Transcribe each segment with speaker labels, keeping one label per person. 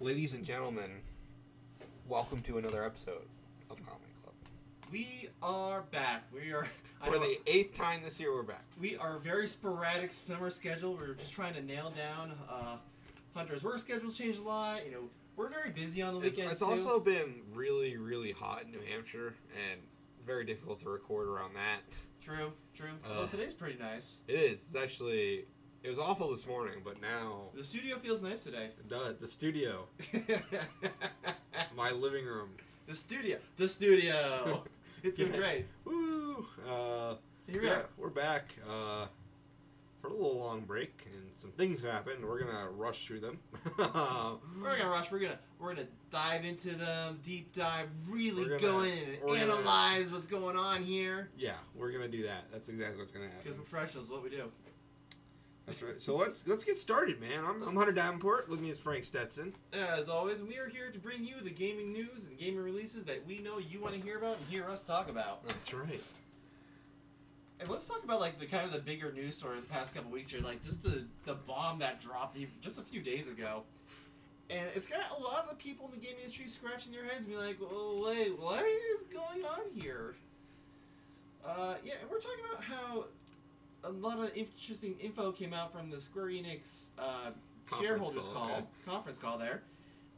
Speaker 1: Ladies and gentlemen, welcome to another episode of Comedy Club.
Speaker 2: We are back. We are I
Speaker 1: For
Speaker 2: know-
Speaker 1: the eighth time this year, we're back.
Speaker 2: we are very sporadic summer schedule. We're just trying to nail down uh, Hunter's work schedule changed a lot. You know, we're very busy on the
Speaker 1: It's,
Speaker 2: weekends
Speaker 1: it's
Speaker 2: too.
Speaker 1: also been really, really hot in New Hampshire and very difficult to record around that.
Speaker 2: true, true.
Speaker 1: Ugh.
Speaker 2: well, today's pretty nice.
Speaker 1: It is. It's actually, it was awful this morning, but now
Speaker 2: The studio feels nice today.
Speaker 1: it does. The studio, my living room.
Speaker 2: the studio, the studio. It's doing
Speaker 1: Yeah.
Speaker 2: great.
Speaker 1: Woo! Uh,
Speaker 2: Here we
Speaker 1: yeah,
Speaker 2: are.
Speaker 1: we're back uh, for a little long break, and some things happened. We're gonna rush through them.
Speaker 2: We're gonna rush. We're gonna we're gonna dive into them deep dive. Really
Speaker 1: We're gonna-
Speaker 2: go in and
Speaker 1: we're gonna-
Speaker 2: analyze what's going on here.
Speaker 1: yeah, we're gonna do that. That's exactly what's gonna happen.
Speaker 2: Because we're professionals, what we do.
Speaker 1: That's right. So let's let's get started, man. I'm, I'm Hunter Davenport. With me is Frank Stetson.
Speaker 2: As always, we are here to bring you the gaming news and gaming releases that we know you want to hear about and hear us talk about.
Speaker 1: That's right.
Speaker 2: And let's talk about like the kind of the bigger news story of the past couple weeks here, like just the the bomb that dropped even just a few days ago. And it's got a lot of the people in the gaming industry scratching their heads and be like, "Oh wait, what is going on here?" Uh, yeah, and we're talking about how a lot of interesting info came out from the Square Enix uh,
Speaker 1: Conference
Speaker 2: shareholders
Speaker 1: call,
Speaker 2: call
Speaker 1: yeah.
Speaker 2: conference call there,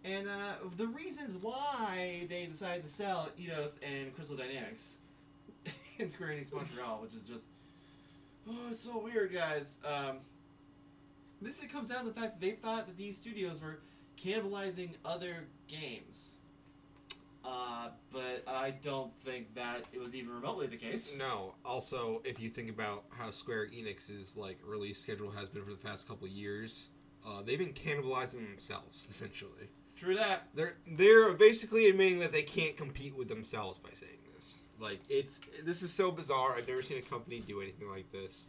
Speaker 2: and uh, the reasons why they decided to sell Eidos and Crystal Dynamics in Square Enix Montreal, which is just oh, it's so weird, guys. Um, this it comes down to the fact that they thought that these studios were cannibalizing other games. Uh, but I don't think that it was even remotely the case.
Speaker 1: No. Also, if you think about how Square Enix's like release schedule has been for the past couple of years, uh, they've been cannibalizing themselves essentially.
Speaker 2: True that.
Speaker 1: They're they're basically admitting that they can't compete with themselves by saying this. Like it's this is so bizarre. I've never seen a company do anything like this.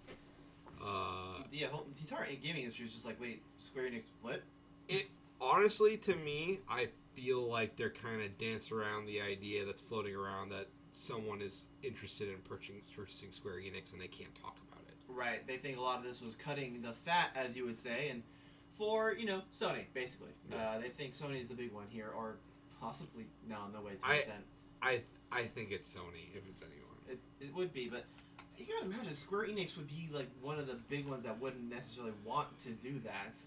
Speaker 1: Uh,
Speaker 2: Yeah, whole, the entire gaming industry is just like, wait, Square Enix, what?
Speaker 1: it honestly to me i feel like they're kind of dance around the idea that's floating around that someone is interested in purchasing, purchasing square enix and they can't talk about it
Speaker 2: Right. They think a lot of this was cutting the fat, as you would say, and for you know Sony, basically.
Speaker 1: Yeah.
Speaker 2: Uh, they think Sony's the big one here, or possibly no, no way,
Speaker 1: I-
Speaker 2: ten percent.
Speaker 1: i th- i think it's sony if it's anyone
Speaker 2: It, it would be, but you gotta imagine Square Enix would be like one of the big ones that wouldn't necessarily want to do that.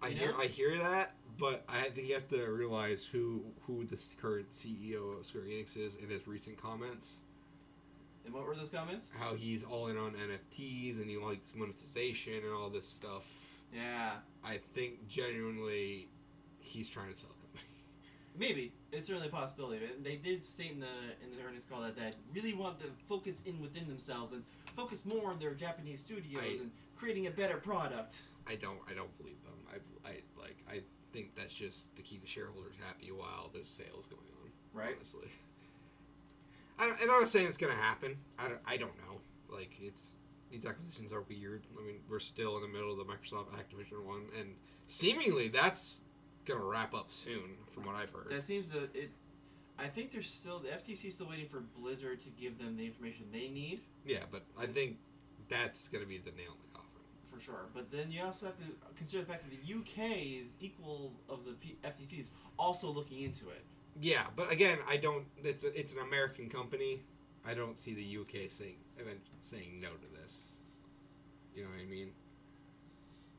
Speaker 1: i
Speaker 2: You
Speaker 1: hear
Speaker 2: know?
Speaker 1: i hear that but i think you have to realize who who the s- current ceo of square enix is in his recent comments
Speaker 2: And what were those comments?
Speaker 1: how he's all in on nfts and he likes monetization and all this stuff
Speaker 2: Yeah,
Speaker 1: i think genuinely he's trying to sell a company
Speaker 2: maybe it's certainly a possibility. but They did state in the in the earnings call that they really wanted to focus in within themselves and focus more on their Japanese studios
Speaker 1: I-
Speaker 2: and creating a better product.
Speaker 1: I don't I don't believe them. I, I like I think that's just to keep the shareholders happy while there's sales going on.
Speaker 2: Right.
Speaker 1: Honestly, I don't, and I'm not saying it's gonna happen. I don't, I don't know. Like it's these acquisitions are weird. I mean, we're still in the middle of the Microsoft Activision one, and seemingly that's gonna wrap up soon, from what I've heard.
Speaker 2: That seems to it. I think they're still the FTC is still waiting for Blizzard to give them the information they need
Speaker 1: yeah, but I think that's gonna be the nail in the coffin.
Speaker 2: for sure. But then you also have to consider the fact that the UK is equal of the F- FTC is also looking into it.
Speaker 1: Yeah, but again, I don't. It's a, it's an American company. I don't see the UK saying even saying no to this. You know what I mean?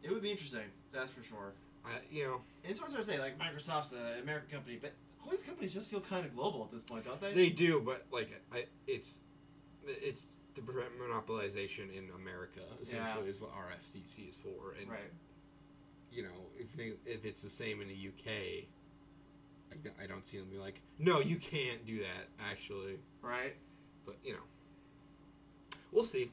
Speaker 2: It would be interesting, that's for sure.
Speaker 1: I you know
Speaker 2: And it's hard to say like Microsoft's an American company, but all these companies just feel kind of global at this point, don't they?
Speaker 1: they do, but like I it's it's to prevent monopolization in America essentially is what RFCC is for, and
Speaker 2: right.
Speaker 1: you know if they, if it's the same in the UK. I don't- I don't see them be like, no, you can't do that. Actually,
Speaker 2: Right.
Speaker 1: but you know, we'll see.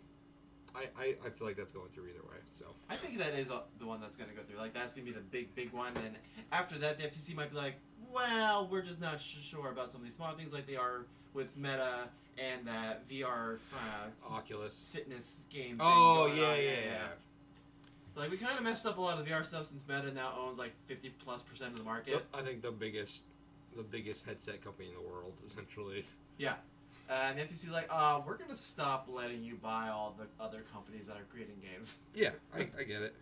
Speaker 1: I, I, I feel like that's going through either way. So
Speaker 2: I think that is uh, the one that's going to go through. Like that's going to be the big, big one. And after that, the FTC might be like, "Well, we're just not sh- sure about some of these smaller things, like they are with Meta and that VR uh,
Speaker 1: Oculus.
Speaker 2: fitness game." Thing
Speaker 1: Oh
Speaker 2: going
Speaker 1: yeah,
Speaker 2: on.
Speaker 1: yeah, yeah.
Speaker 2: Like we kind of messed up a lot of VR stuff since Meta now owns like fifty plus percent of the market.
Speaker 1: The- I think the biggest, the biggest headset company in the world, essentially.
Speaker 2: Uh, and the FTC's like, uh, we're gonna stop letting you buy all the other companies that are creating games.
Speaker 1: Yeah, I, I get it.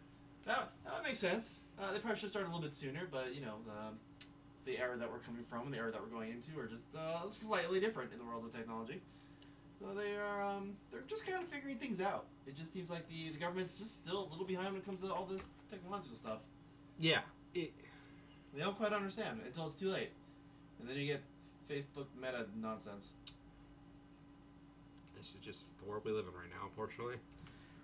Speaker 2: That, that would make sense. Uh, they probably should start a little bit sooner, but you know, the, the era that we're coming from and the era that we're going into are just uh, slightly different in the world of technology. So they are um, they're just kind of figuring things out. It just seems like the, the government's just still a little behind when it comes to all this technological stuff.
Speaker 1: Yeah. It,
Speaker 2: They don't quite understand until it's too late, and then you get Facebook Meta nonsense.
Speaker 1: this is just the world we live in right now, unfortunately.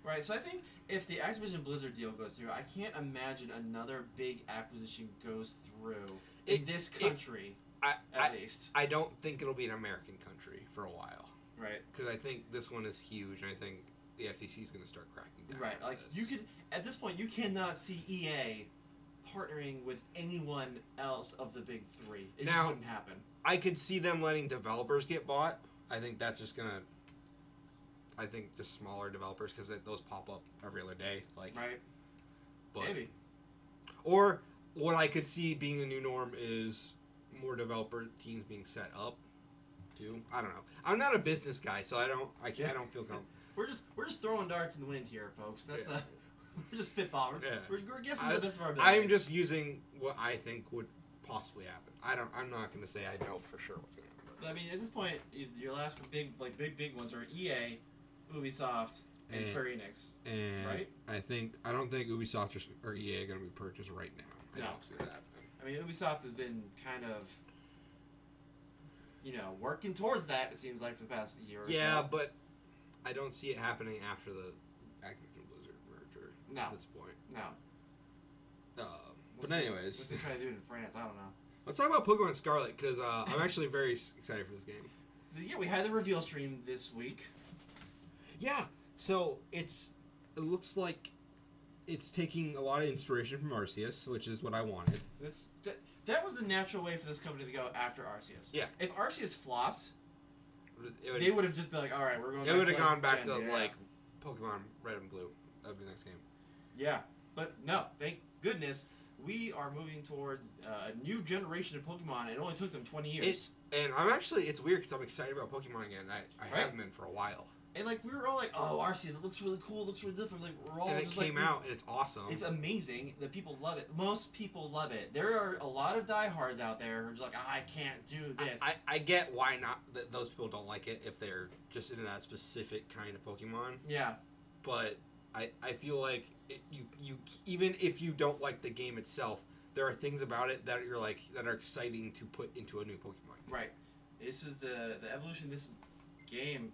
Speaker 2: Right, so I think if the Activision Blizzard deal goes through, I can't imagine another big acquisition goes through in
Speaker 1: It-
Speaker 2: this
Speaker 1: it-
Speaker 2: country,
Speaker 1: I,
Speaker 2: at
Speaker 1: I,
Speaker 2: least.
Speaker 1: I don't think it'll be an American country for a while.
Speaker 2: Right,
Speaker 1: Because I think this one is huge, and I think the FCC is going to start cracking down.
Speaker 2: right.
Speaker 1: on
Speaker 2: Like
Speaker 1: this.
Speaker 2: you could, at this point, you cannot see EA partnering with anyone else of the big three. It just
Speaker 1: Now-
Speaker 2: wouldn't happen.
Speaker 1: I could see them letting developers get bought. I think that's just gonna. I think the smaller developers because those pop up every other day. Like,
Speaker 2: Right,
Speaker 1: but
Speaker 2: maybe.
Speaker 1: or what I could see being the new norm is more developer teams being set up. Too. I don't know. I'm not a business guy, so I don't. I, can't, I don't feel comfortable.
Speaker 2: We're just we're just throwing darts in the wind here, folks. That's
Speaker 1: Yeah.
Speaker 2: a we're just spitballing.
Speaker 1: Yeah.
Speaker 2: We're, we're guessing
Speaker 1: I-
Speaker 2: the best of our ability.
Speaker 1: I'm just using what I think would possibly happen. I don't. I'm not gonna say I know for sure what's gonna happen.
Speaker 2: But I mean, at this point, y- your last big, like big, big ones are EA, Ubisoft, and
Speaker 1: And-
Speaker 2: Square Enix.
Speaker 1: And
Speaker 2: Right?
Speaker 1: I think I don't think Ubisoft or, s- or EA are going to be purchased right now. I
Speaker 2: No.
Speaker 1: don't see that happening.
Speaker 2: I mean, Ubisoft has been kind of, you know, working towards that. It seems like for the past year or
Speaker 1: Yeah,
Speaker 2: so.
Speaker 1: but I don't see it happening after the Activision Blizzard merger
Speaker 2: No.
Speaker 1: at this point.
Speaker 2: No.
Speaker 1: Um, but
Speaker 2: What's the-
Speaker 1: anyways,
Speaker 2: What's they trying to do it in France? I don't know.
Speaker 1: let's talk about Pokemon Scarlet because uh, I'm actually very s- excited for this game.
Speaker 2: So yeah, we had the reveal stream this week.
Speaker 1: Yeah, so it's it looks like it's taking a lot of inspiration from Arceus, which is what I wanted.
Speaker 2: That's that, that was the natural way for this company to go after Arceus.
Speaker 1: Yeah.
Speaker 2: If Arceus flopped,
Speaker 1: It
Speaker 2: they would have just been like, "All right, we're going."
Speaker 1: it would have
Speaker 2: like,
Speaker 1: gone back
Speaker 2: Gen,
Speaker 1: to
Speaker 2: yeah.
Speaker 1: like Pokemon Red and Blue. That would be the next game.
Speaker 2: Yeah, but no, thank goodness we are moving towards uh, a new generation of Pokemon. It only took them 20 years.
Speaker 1: And I'm actually, it's weird because I'm excited about Pokemon again. I, I
Speaker 2: Right.
Speaker 1: haven't been for a while.
Speaker 2: and like we were all like, "Oh, Arceus, it looks really cool. It looks really different." Like we're all
Speaker 1: and it
Speaker 2: just
Speaker 1: came
Speaker 2: like,
Speaker 1: out um. and it's awesome.
Speaker 2: It's amazing that people love it. Most people love it. There are a lot of diehards out there who are just like, "Ah, "I can't do
Speaker 1: I-
Speaker 2: this."
Speaker 1: I, I get why not that those people don't like it if they're just into that specific kind of Pokemon,
Speaker 2: yeah,
Speaker 1: but I, I feel like it, you you even if you don't like the game itself, there are things about it that you're like that are exciting to put into a new Pokemon.
Speaker 2: right. This is the the evolution of this game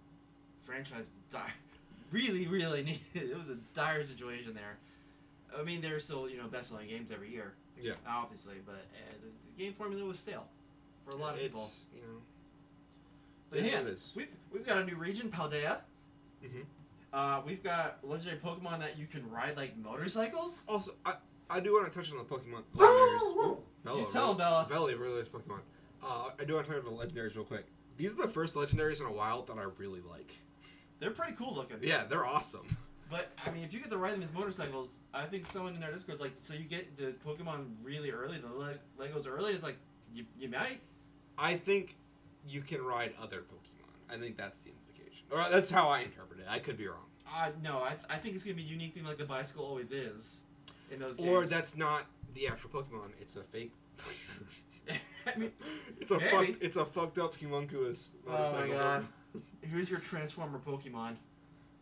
Speaker 2: franchise di- really really needed. It was a dire situation there. I mean, they're still you know best selling games every year.
Speaker 1: Yeah,
Speaker 2: obviously, but uh, the, the game formula was stale for a lot of
Speaker 1: it's,
Speaker 2: people.
Speaker 1: You know,
Speaker 2: But
Speaker 1: it is
Speaker 2: yeah,
Speaker 1: what it is.
Speaker 2: we've we've got a new region, Paldea.
Speaker 1: Mhm.
Speaker 2: Uh, we've got legendary Pokemon that you can ride like motorcycles.
Speaker 1: Also, I I do want to touch on the Pokemon.
Speaker 2: Woo!
Speaker 1: Bella,
Speaker 2: You tell
Speaker 1: really-
Speaker 2: 'em, Bella.
Speaker 1: Bella really likes Pokemon. Uh, I do want to talk about the legendaries real quick. These are the first legendaries in a while that I really like.
Speaker 2: They're pretty cool looking.
Speaker 1: Yeah, they're awesome.
Speaker 2: But I mean, if you get to ride them as motorcycles, I think someone in our Discord's like, so you get the Pokemon really early, the le- Legos early. It's like you, you might.
Speaker 1: I think you can ride other Pokemon. I think that's the implication. Or that's how I interpret it. I could be wrong.
Speaker 2: Uh, no, I, th- I think it's gonna be a unique thing like the bicycle always is in those games.
Speaker 1: Or that's not the actual Pokemon. It's a fake.
Speaker 2: I mean,
Speaker 1: it's a
Speaker 2: Maybe.
Speaker 1: fucked, it's a fucked up humunculus.
Speaker 2: Oh my
Speaker 1: motorcycle
Speaker 2: God.
Speaker 1: Pokemon.
Speaker 2: here's your Transformer Pokemon.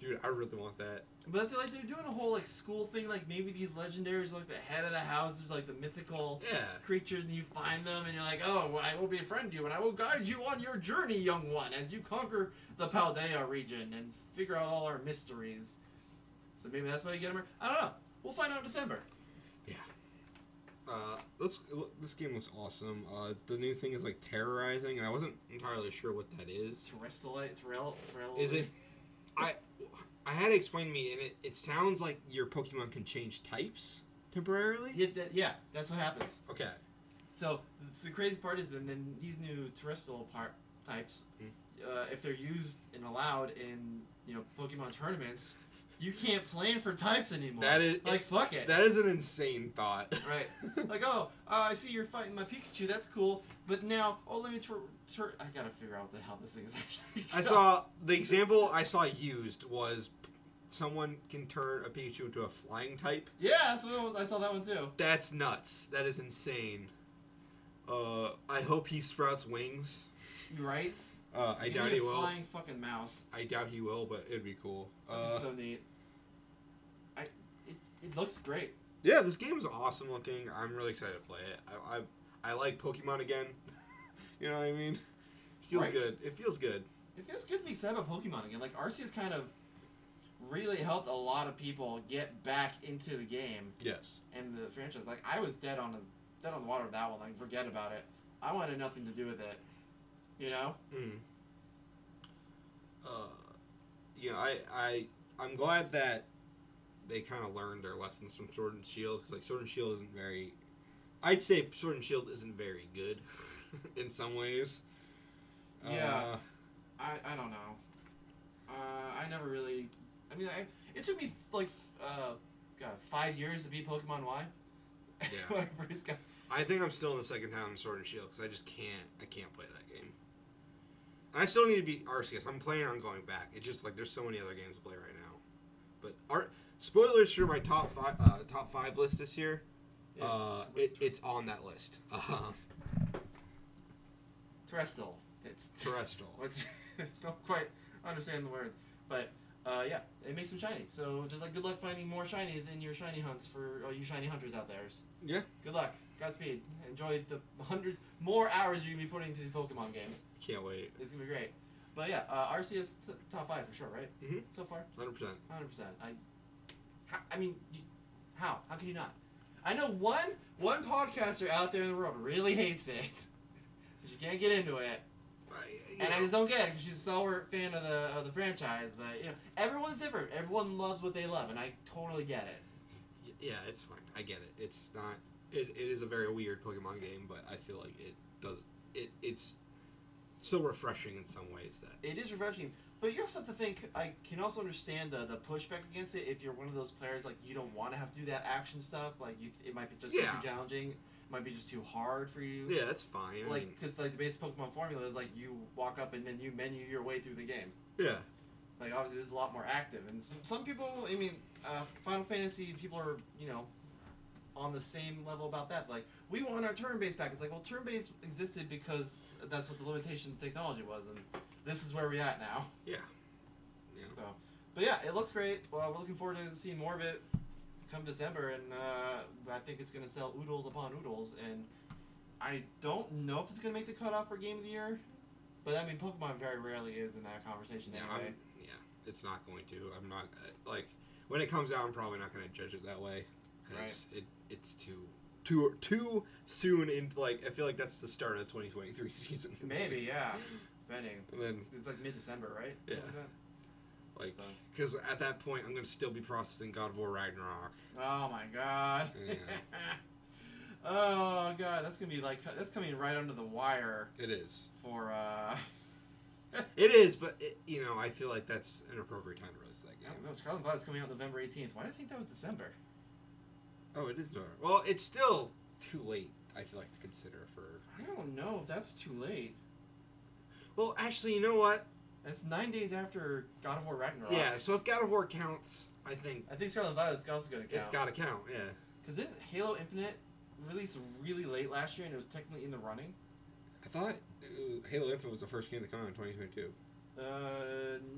Speaker 1: Dude, I really want that.
Speaker 2: But they're like they're doing a whole like school thing, like maybe these legendaries are like the head of the house, there's like the mythical
Speaker 1: Yeah.
Speaker 2: creatures, and you find them, and you're like, oh, well, I will befriend you, and I will guide you on your journey, young one, as you conquer the Paldea region and figure out all our mysteries. So maybe that's why you get them. I don't know. We'll find out in December.
Speaker 1: Yeah. Uh, let's, this game looks awesome. Uh, it's- the new thing is like terrorizing, and I wasn't entirely sure what that is.
Speaker 2: Terrestrialite, terrell, terrell.
Speaker 1: Is it? I I had it explained to me, and it, it sounds like your Pokemon can change types temporarily.
Speaker 2: Yeah, that, yeah, that's what happens.
Speaker 1: Okay.
Speaker 2: So the crazy part is then, then these new terrestrial part types,
Speaker 1: Mm.
Speaker 2: uh, if they're used and allowed in you know Pokemon tournaments, you can't plan for types anymore.
Speaker 1: That is-
Speaker 2: like fuck it.
Speaker 1: That is an insane thought.
Speaker 2: Right. like oh, uh, I see you're fighting my Pikachu. That's cool. But now oh let me tur- tur- I gotta figure out what the hell this thing is actually.
Speaker 1: I
Speaker 2: called.
Speaker 1: saw the example I saw used was someone can turn a Pikachu into a flying type.
Speaker 2: Yeah, that's what it was. I saw that one too.
Speaker 1: That's nuts. That is insane. Uh, I hope he sprouts wings.
Speaker 2: You right?
Speaker 1: Uh, I
Speaker 2: Give
Speaker 1: doubt
Speaker 2: me a
Speaker 1: he will.
Speaker 2: Flying fucking mouse.
Speaker 1: I doubt he will, but it'd be cool. Uh,
Speaker 2: It's so neat. I, it, it looks great.
Speaker 1: yeah, this game is awesome looking. I'm really excited to play it. I I, I like Pokemon again. you know what I mean? Feels
Speaker 2: Right.
Speaker 1: good. It feels good.
Speaker 2: It feels good to be excited about Pokemon again. Like Arceus kind of really helped a lot of people get back into the game
Speaker 1: Yes.
Speaker 2: and the franchise. Like I was dead on the dead on the water with that one. Like forget about it. I wanted nothing to do with it. You know?
Speaker 1: Mm. Uh, you know, I I I'm glad that they kind of learned their lessons from Sword and Shield because like Sword and Shield isn't very, I'd say Sword and Shield isn't very good in some ways. Uh,
Speaker 2: Yeah. I, I don't know. Uh, I never really. I mean, I, it took me like uh, God, five years to beat Pokemon Y.
Speaker 1: Yeah.
Speaker 2: when I first got.
Speaker 1: I think I'm still in the second town in Sword and Shield because I just can't I can't play that game. And I still need to beat Arceus. I'm planning on going back. It's just like there's so many other games to play right now. But art spoilers for my top five uh, top five list this year. Uh, it, it's on that list. Uh,
Speaker 2: terrestrial. It's
Speaker 1: terrestrial.
Speaker 2: What's don't quite understand the words, but uh, yeah, it makes them shiny. So just like good luck finding more shinies in your shiny hunts for all you shiny hunters out there.
Speaker 1: Yeah.
Speaker 2: Good luck. Godspeed. Enjoy the hundreds more hours you're gonna be putting into these Pokemon games.
Speaker 1: Can't wait.
Speaker 2: It's gonna be great. But yeah, uh, Arceus t- top five for sure, right?
Speaker 1: Mhm.
Speaker 2: So far.
Speaker 1: 100%.
Speaker 2: Hundred percent. I, how, I mean, you, how? How can you not? I know one one podcaster out there in the world really hates it. But you can't get into it,
Speaker 1: I- you
Speaker 2: and I
Speaker 1: know,
Speaker 2: just don't get it because she's a stalwart fan of the of the franchise. But you know, everyone's different. Everyone loves what they love, and I totally get it.
Speaker 1: y- yeah, it's fine. I get it. It's not. It, it is a very weird Pokemon game, but I feel like it does. It it's so refreshing in some ways that
Speaker 2: It is refreshing, but you also have to think. I can also understand the the pushback against it if you're one of those players like you don't want to have to do that action stuff. Like you, it might be just
Speaker 1: Yeah.
Speaker 2: be too challenging. It might be just too hard for you.
Speaker 1: Yeah, that's fine. I
Speaker 2: like
Speaker 1: mean,
Speaker 2: because like the base Pokemon formula is like you walk up and then you menu your way through the game.
Speaker 1: yeah,
Speaker 2: Like obviously this is a lot more active, and s- some people, I mean, uh, Final Fantasy people are you know on the same level about that. Like we want our turn based back. It's like well, turn based existed because that's what the limitation of technology was, and this is where we at now.
Speaker 1: yeah, yeah.
Speaker 2: So, but yeah, it looks great. Well, we're looking forward to seeing more of it come December, and uh, I think it's gonna sell oodles upon oodles. And I don't know if it's gonna make the cutoff for Game of the Year, but I mean, Pokemon very rarely is in that conversation
Speaker 1: yeah,
Speaker 2: anyway.
Speaker 1: I'm, yeah. It's not going to. I'm not uh, like when it comes out. I'm probably not going to judge it that way because it it's too too too soon. In like, I feel like that's the start of the 2023 season.
Speaker 2: Maybe, yeah, depending.
Speaker 1: And then
Speaker 2: It's like mid-December, right?
Speaker 1: Yeah.
Speaker 2: Something like
Speaker 1: like
Speaker 2: So-
Speaker 1: because at that point, I'm going to still be processing God of War Ragnarok.
Speaker 2: that. Oh my god.
Speaker 1: Yeah.
Speaker 2: oh god, that's gonna be like that's coming right under the wire
Speaker 1: It is.
Speaker 2: for. uh...
Speaker 1: It is. But it, you know, I feel like that's an appropriate time to release that
Speaker 2: No,
Speaker 1: game.
Speaker 2: no, Scarlet and Violet's coming out November 18th. Why do I think that was December?
Speaker 1: Oh, it is dark. Well, it's still too late. I feel like to consider for.
Speaker 2: I don't know if that's too late.
Speaker 1: Well, actually, you know what?
Speaker 2: That's nine days after God of War Ragnarok.
Speaker 1: Yeah, so if God of War counts, I think
Speaker 2: I think Scarlet and Violet's also going to count.
Speaker 1: it's got to count. Yeah,
Speaker 2: Because didn't Halo Infinite release really late last year and it was technically in the running?
Speaker 1: I thought uh, Halo Infinite was the first game to come out in 2022.
Speaker 2: Uh,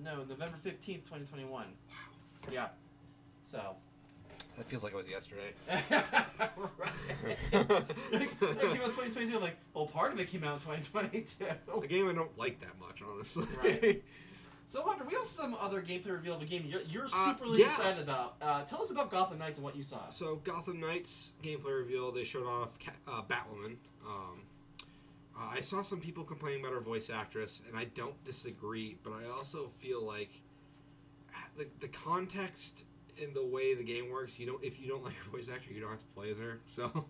Speaker 2: no, November 15th, 2021.
Speaker 1: Wow.
Speaker 2: Yeah. So.
Speaker 1: That feels like it was yesterday.
Speaker 2: right. like, that came out 2022. I'm like, well, part of it came out in 2022.
Speaker 1: A game I don't like that much, honestly.
Speaker 2: Right. So, Hunter, we also some other gameplay reveal of a game you're, you're
Speaker 1: Uh,
Speaker 2: superly
Speaker 1: yeah.
Speaker 2: excited about. Uh, tell us about Gotham Knights and what you saw.
Speaker 1: so Gotham Knights gameplay reveal. They showed off Cat, uh, Batwoman. Um, uh, I saw some people complaining about her voice actress, and I don't disagree, but I also feel like ah, the, the context and the way the game works. You don't if you don't like her voice actor, you don't have to play as her. So
Speaker 2: what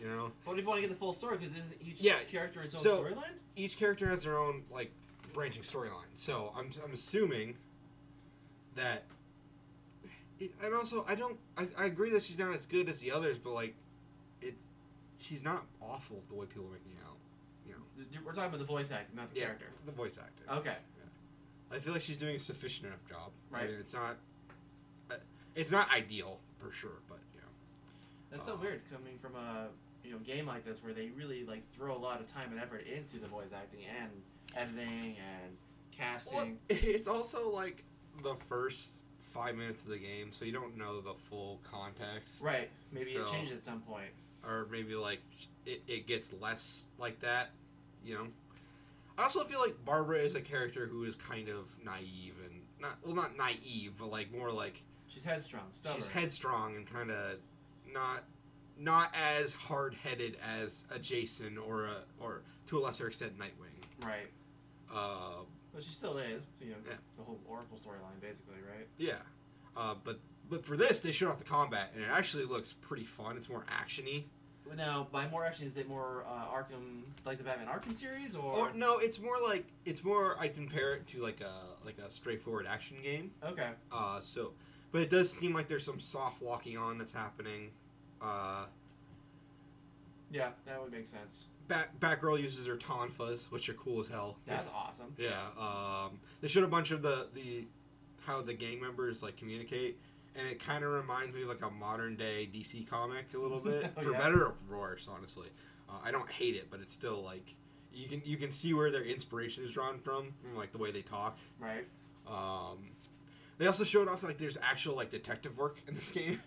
Speaker 1: you know.
Speaker 2: if you want to get the full story? Because isn't each
Speaker 1: Yeah,
Speaker 2: character its own
Speaker 1: so-
Speaker 2: storyline?
Speaker 1: each character has their own like branching storyline. So I'm I'm assuming that, and also I don't I, I agree that she's not as good as the others, but like it, she's not awful the way people are making it out. You know,
Speaker 2: The- We're talking about the voice acting, not the character.
Speaker 1: the voice actor.
Speaker 2: Okay.
Speaker 1: I feel like she's doing a sufficient enough job. I
Speaker 2: Right.
Speaker 1: mean, it's not. uh, It's not ideal for sure, but you know.
Speaker 2: That's so
Speaker 1: Uh,
Speaker 2: weird coming from a you know game like this where they really like throw a lot of time and effort into the voice acting and editing and casting.
Speaker 1: Well, it's also like the first five minutes of the game, so you don't know the full context,
Speaker 2: Right. Maybe it
Speaker 1: So-
Speaker 2: changed at some point.
Speaker 1: Or maybe like it, it gets less like that, you know. I also feel like Barbara is a character who is kind of naive and not well, not naive, but like more like
Speaker 2: She's headstrong, stubborn.
Speaker 1: she's headstrong and kind of not not as hard headed as a Jason or a or to a lesser extent Nightwing.
Speaker 2: right.
Speaker 1: Uh,
Speaker 2: But she still is, you know,
Speaker 1: Yeah.
Speaker 2: the whole Oracle storyline basically, right?
Speaker 1: Yeah, uh, but but for this they showed off the combat and it actually looks pretty fun. It's more actiony.
Speaker 2: Now, by more action, is it more uh, Arkham, like the Batman Arkham series, or,
Speaker 1: Or no, it's more like it's more. I compare it to like a like a straightforward action game.
Speaker 2: okay,
Speaker 1: Uh, so, but it does seem like there's some soft walking on that's happening. Uh,
Speaker 2: yeah, that would make sense.
Speaker 1: Bat Batgirl uses her tonfas, which are cool as hell.
Speaker 2: That's awesome.
Speaker 1: Yeah. Um, they showed a bunch of the the how the gang members like communicate, and it kind of reminds me of like a modern day DC comic a little bit,
Speaker 2: Oh,
Speaker 1: for
Speaker 2: yeah.
Speaker 1: better or for worse. Honestly, uh, I don't hate it, but it's still like you can you can see where their inspiration is drawn from, from like the way they talk.
Speaker 2: Right.
Speaker 1: Um, they also showed off like there's actual like detective work in this game.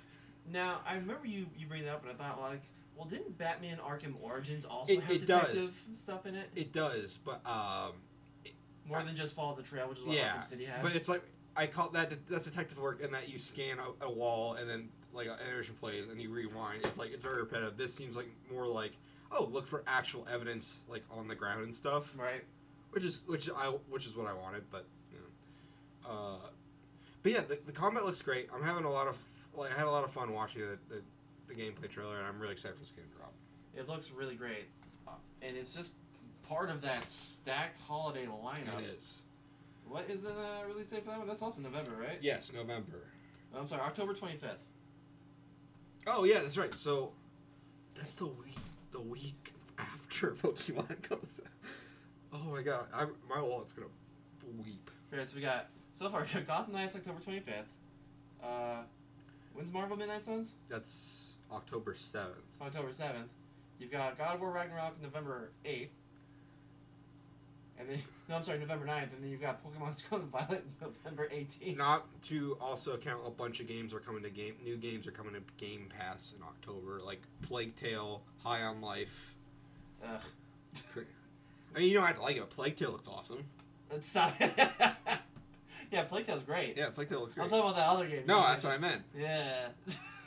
Speaker 2: Now, I remember you you bringing that up, and I thought like, well, didn't Batman Arkham Origins also
Speaker 1: It-
Speaker 2: have
Speaker 1: it does.
Speaker 2: detective stuff in it?
Speaker 1: It does, but um,
Speaker 2: More than just follow the trail, which is what
Speaker 1: Yeah,
Speaker 2: Arkham City had.
Speaker 1: but it's like I call that that's detective work, and that you scan a, a wall and then like an animation plays and you rewind. It's like it's very repetitive. This seems like more like oh look for actual evidence like on the ground and stuff,
Speaker 2: right.
Speaker 1: which is which I which is what I wanted, but you know. Uh, but yeah, the, the combat looks great. I'm having a lot of like I had a lot of fun watching the, the, the gameplay trailer, and I'm really excited for this game to drop.
Speaker 2: It looks really great, Uh, and it's just part of that stacked holiday lineup.
Speaker 1: It is
Speaker 2: What is the uh, release date for that one? That's also November, right?
Speaker 1: yes November.
Speaker 2: I'm sorry, October 25th.
Speaker 1: Oh yeah, that's right. So that's the week the week after Pokemon comes out. Oh my god, I'm, my wallet's gonna weep.
Speaker 2: Okay, so we got so far we got Gotham Knights October 25th. Uh, when's Marvel Midnight Suns?
Speaker 1: That's October seventh.
Speaker 2: October 7th. You've got God of War Ragnarok November 8th. And then no, I'm sorry, November 9th, and then you've got Pokemon Scarlet and Violet November 18th.
Speaker 1: Not to also count a bunch of games are coming to game. New games are coming to Game Pass in October, like Plague Tale, High on Life.
Speaker 2: Ugh.
Speaker 1: I mean, you don't have to like it. but Plague Tale looks awesome.
Speaker 2: Let's stop. yeah, Playtale's great.
Speaker 1: Yeah, Plague Tale looks
Speaker 2: I'm
Speaker 1: great.
Speaker 2: talking about that other game.
Speaker 1: No, that's what I meant.
Speaker 2: Yeah.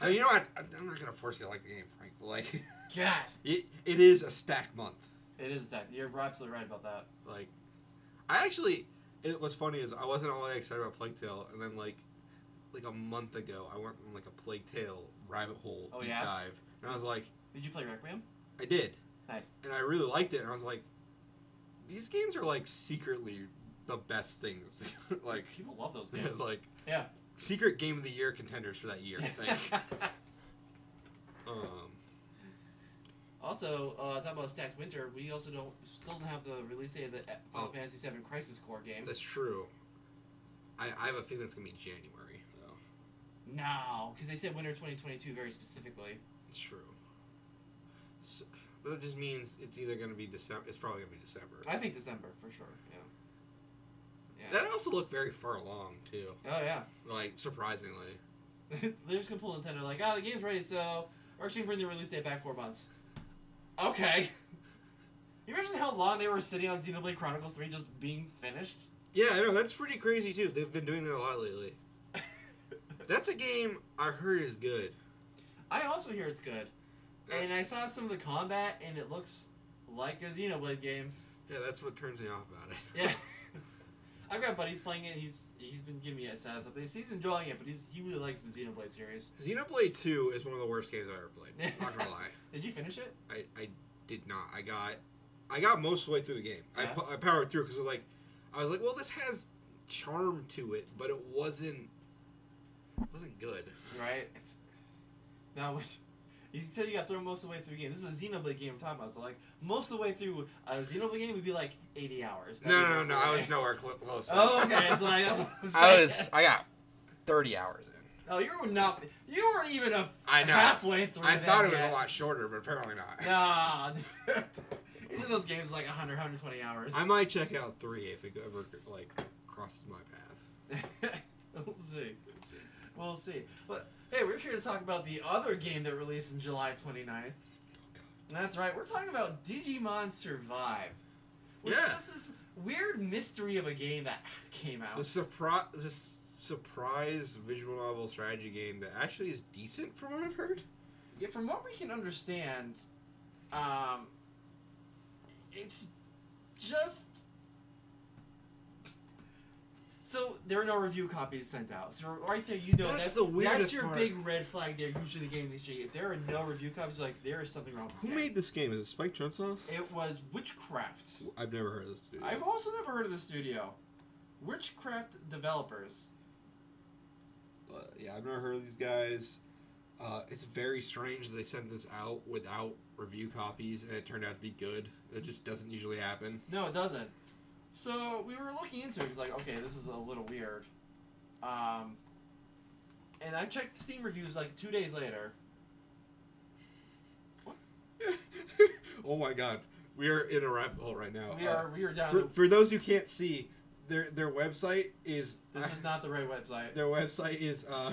Speaker 1: I mean, you know what? I'm not gonna force you to like the game, Frank. But like,
Speaker 2: God.
Speaker 1: it, it is a stack month.
Speaker 2: It is that. You're absolutely right about that.
Speaker 1: Like, I actually, it was funny is I wasn't all that excited about Plague Tale, and then like, like a month ago, I went on like a Plague Tale rabbit hole
Speaker 2: Oh,
Speaker 1: deep
Speaker 2: yeah?
Speaker 1: dive, and I was like,
Speaker 2: Did you play Requiem?
Speaker 1: I did,
Speaker 2: Nice.
Speaker 1: and I really liked it, and I was like, these games are like secretly the best things, like,
Speaker 2: People love those games.
Speaker 1: it's like
Speaker 2: Yeah.
Speaker 1: secret game of the year contenders for that year. I think. um,
Speaker 2: also, uh, talking about Stacked Winter, we also don't still don't have the release date of the uh, Final
Speaker 1: Oh.
Speaker 2: Fantasy VII Crisis Core game.
Speaker 1: that's true. I, I have a feeling that's gonna be January. though.
Speaker 2: No, because they said winter 2022 very specifically.
Speaker 1: It's true. So, but that just means it's either going to be December. It's probably going to be December.
Speaker 2: I think December for sure. Yeah. Yeah.
Speaker 1: That also looked very far along too.
Speaker 2: oh yeah.
Speaker 1: Like surprisingly.
Speaker 2: They're just gonna pull Nintendo like, oh, the game's ready, so we're actually gonna bring the release date back four months. Okay. You imagine how long they were sitting on Xenoblade Chronicles 3 just being finished?
Speaker 1: Yeah, I know that's pretty crazy too. They've been doing that a lot lately. That's a game I heard is good.
Speaker 2: I also hear it's good. And I saw some of the combat, and it looks like a Xenoblade game.
Speaker 1: Yeah, that's what turns me off about it.
Speaker 2: Yeah. I've got buddies playing it. and He's he's been giving me a status update. He's enjoying it, but he's he really likes the Xenoblade series.
Speaker 1: Xenoblade Two is one of the worst games I ever played. Not gonna lie,
Speaker 2: Did you finish it?
Speaker 1: I, I did not. I got I got most of the way through the game. I
Speaker 2: Yeah.
Speaker 1: pu- I powered through because I was like, I was like, well, this has charm to it, but it wasn't it wasn't good.
Speaker 2: Right. It's, now, when- You can tell you got thrown most of the way through the game. This is a Xenoblade game I'm talking about. So like most of the way through a Xenoblade game would be like 80 hours. That'd
Speaker 1: No,
Speaker 2: be
Speaker 1: no, no, no.
Speaker 2: most of the
Speaker 1: I
Speaker 2: way.
Speaker 1: was nowhere cl- close.
Speaker 2: Oh, okay. So like, that's what I'm
Speaker 3: I
Speaker 2: saying.
Speaker 3: was. I got thirty hours in.
Speaker 2: No, you were not. You weren't even a
Speaker 1: I know.
Speaker 2: halfway through.
Speaker 1: I
Speaker 2: that
Speaker 1: thought it was
Speaker 2: yet.
Speaker 1: a lot shorter, but apparently not.
Speaker 2: Nah, dude. Each of those games is like 100, 120 hours.
Speaker 1: I might check out three if it ever like crosses my path.
Speaker 2: we'll see. We'll see. But hey, we're here to talk about the other game that released in July 29th. That's right. We're talking about Digimon Survive, which
Speaker 1: Yeah.
Speaker 2: is just this weird mystery of a game that came out.
Speaker 1: The surprise, this surprise visual novel strategy game that actually is decent from what I've heard.
Speaker 2: Yeah, from what we can understand, um, it's just. So there are no review copies sent out. So right there, you know
Speaker 1: That's
Speaker 2: that's
Speaker 1: the
Speaker 2: That's
Speaker 1: weirdest
Speaker 2: your
Speaker 1: part.
Speaker 2: big red flag. There, usually the game this year. If there are no review copies, you're like there is something wrong. With this
Speaker 1: Who
Speaker 2: game.
Speaker 1: made this game? Is it Spike Chunsoft?
Speaker 2: It was Witchcraft.
Speaker 1: I've never heard of this dude.
Speaker 2: I've also never heard of the studio. Witchcraft developers.
Speaker 1: Uh, yeah, I've never heard of these guys. Uh, it's very strange that they sent this out without review copies and it turned out to be good. That just doesn't usually happen.
Speaker 2: No, it doesn't. So we were looking into it. It's like, okay, this is a little weird. Um, and I checked Steam reviews like two days later.
Speaker 1: oh my god, we are in a rabbit hole right now.
Speaker 2: We
Speaker 1: Uh,
Speaker 2: are we are down.
Speaker 1: for,
Speaker 2: to-
Speaker 1: for those who can't see, their their website is
Speaker 2: this is not the right website.
Speaker 1: their website is uh,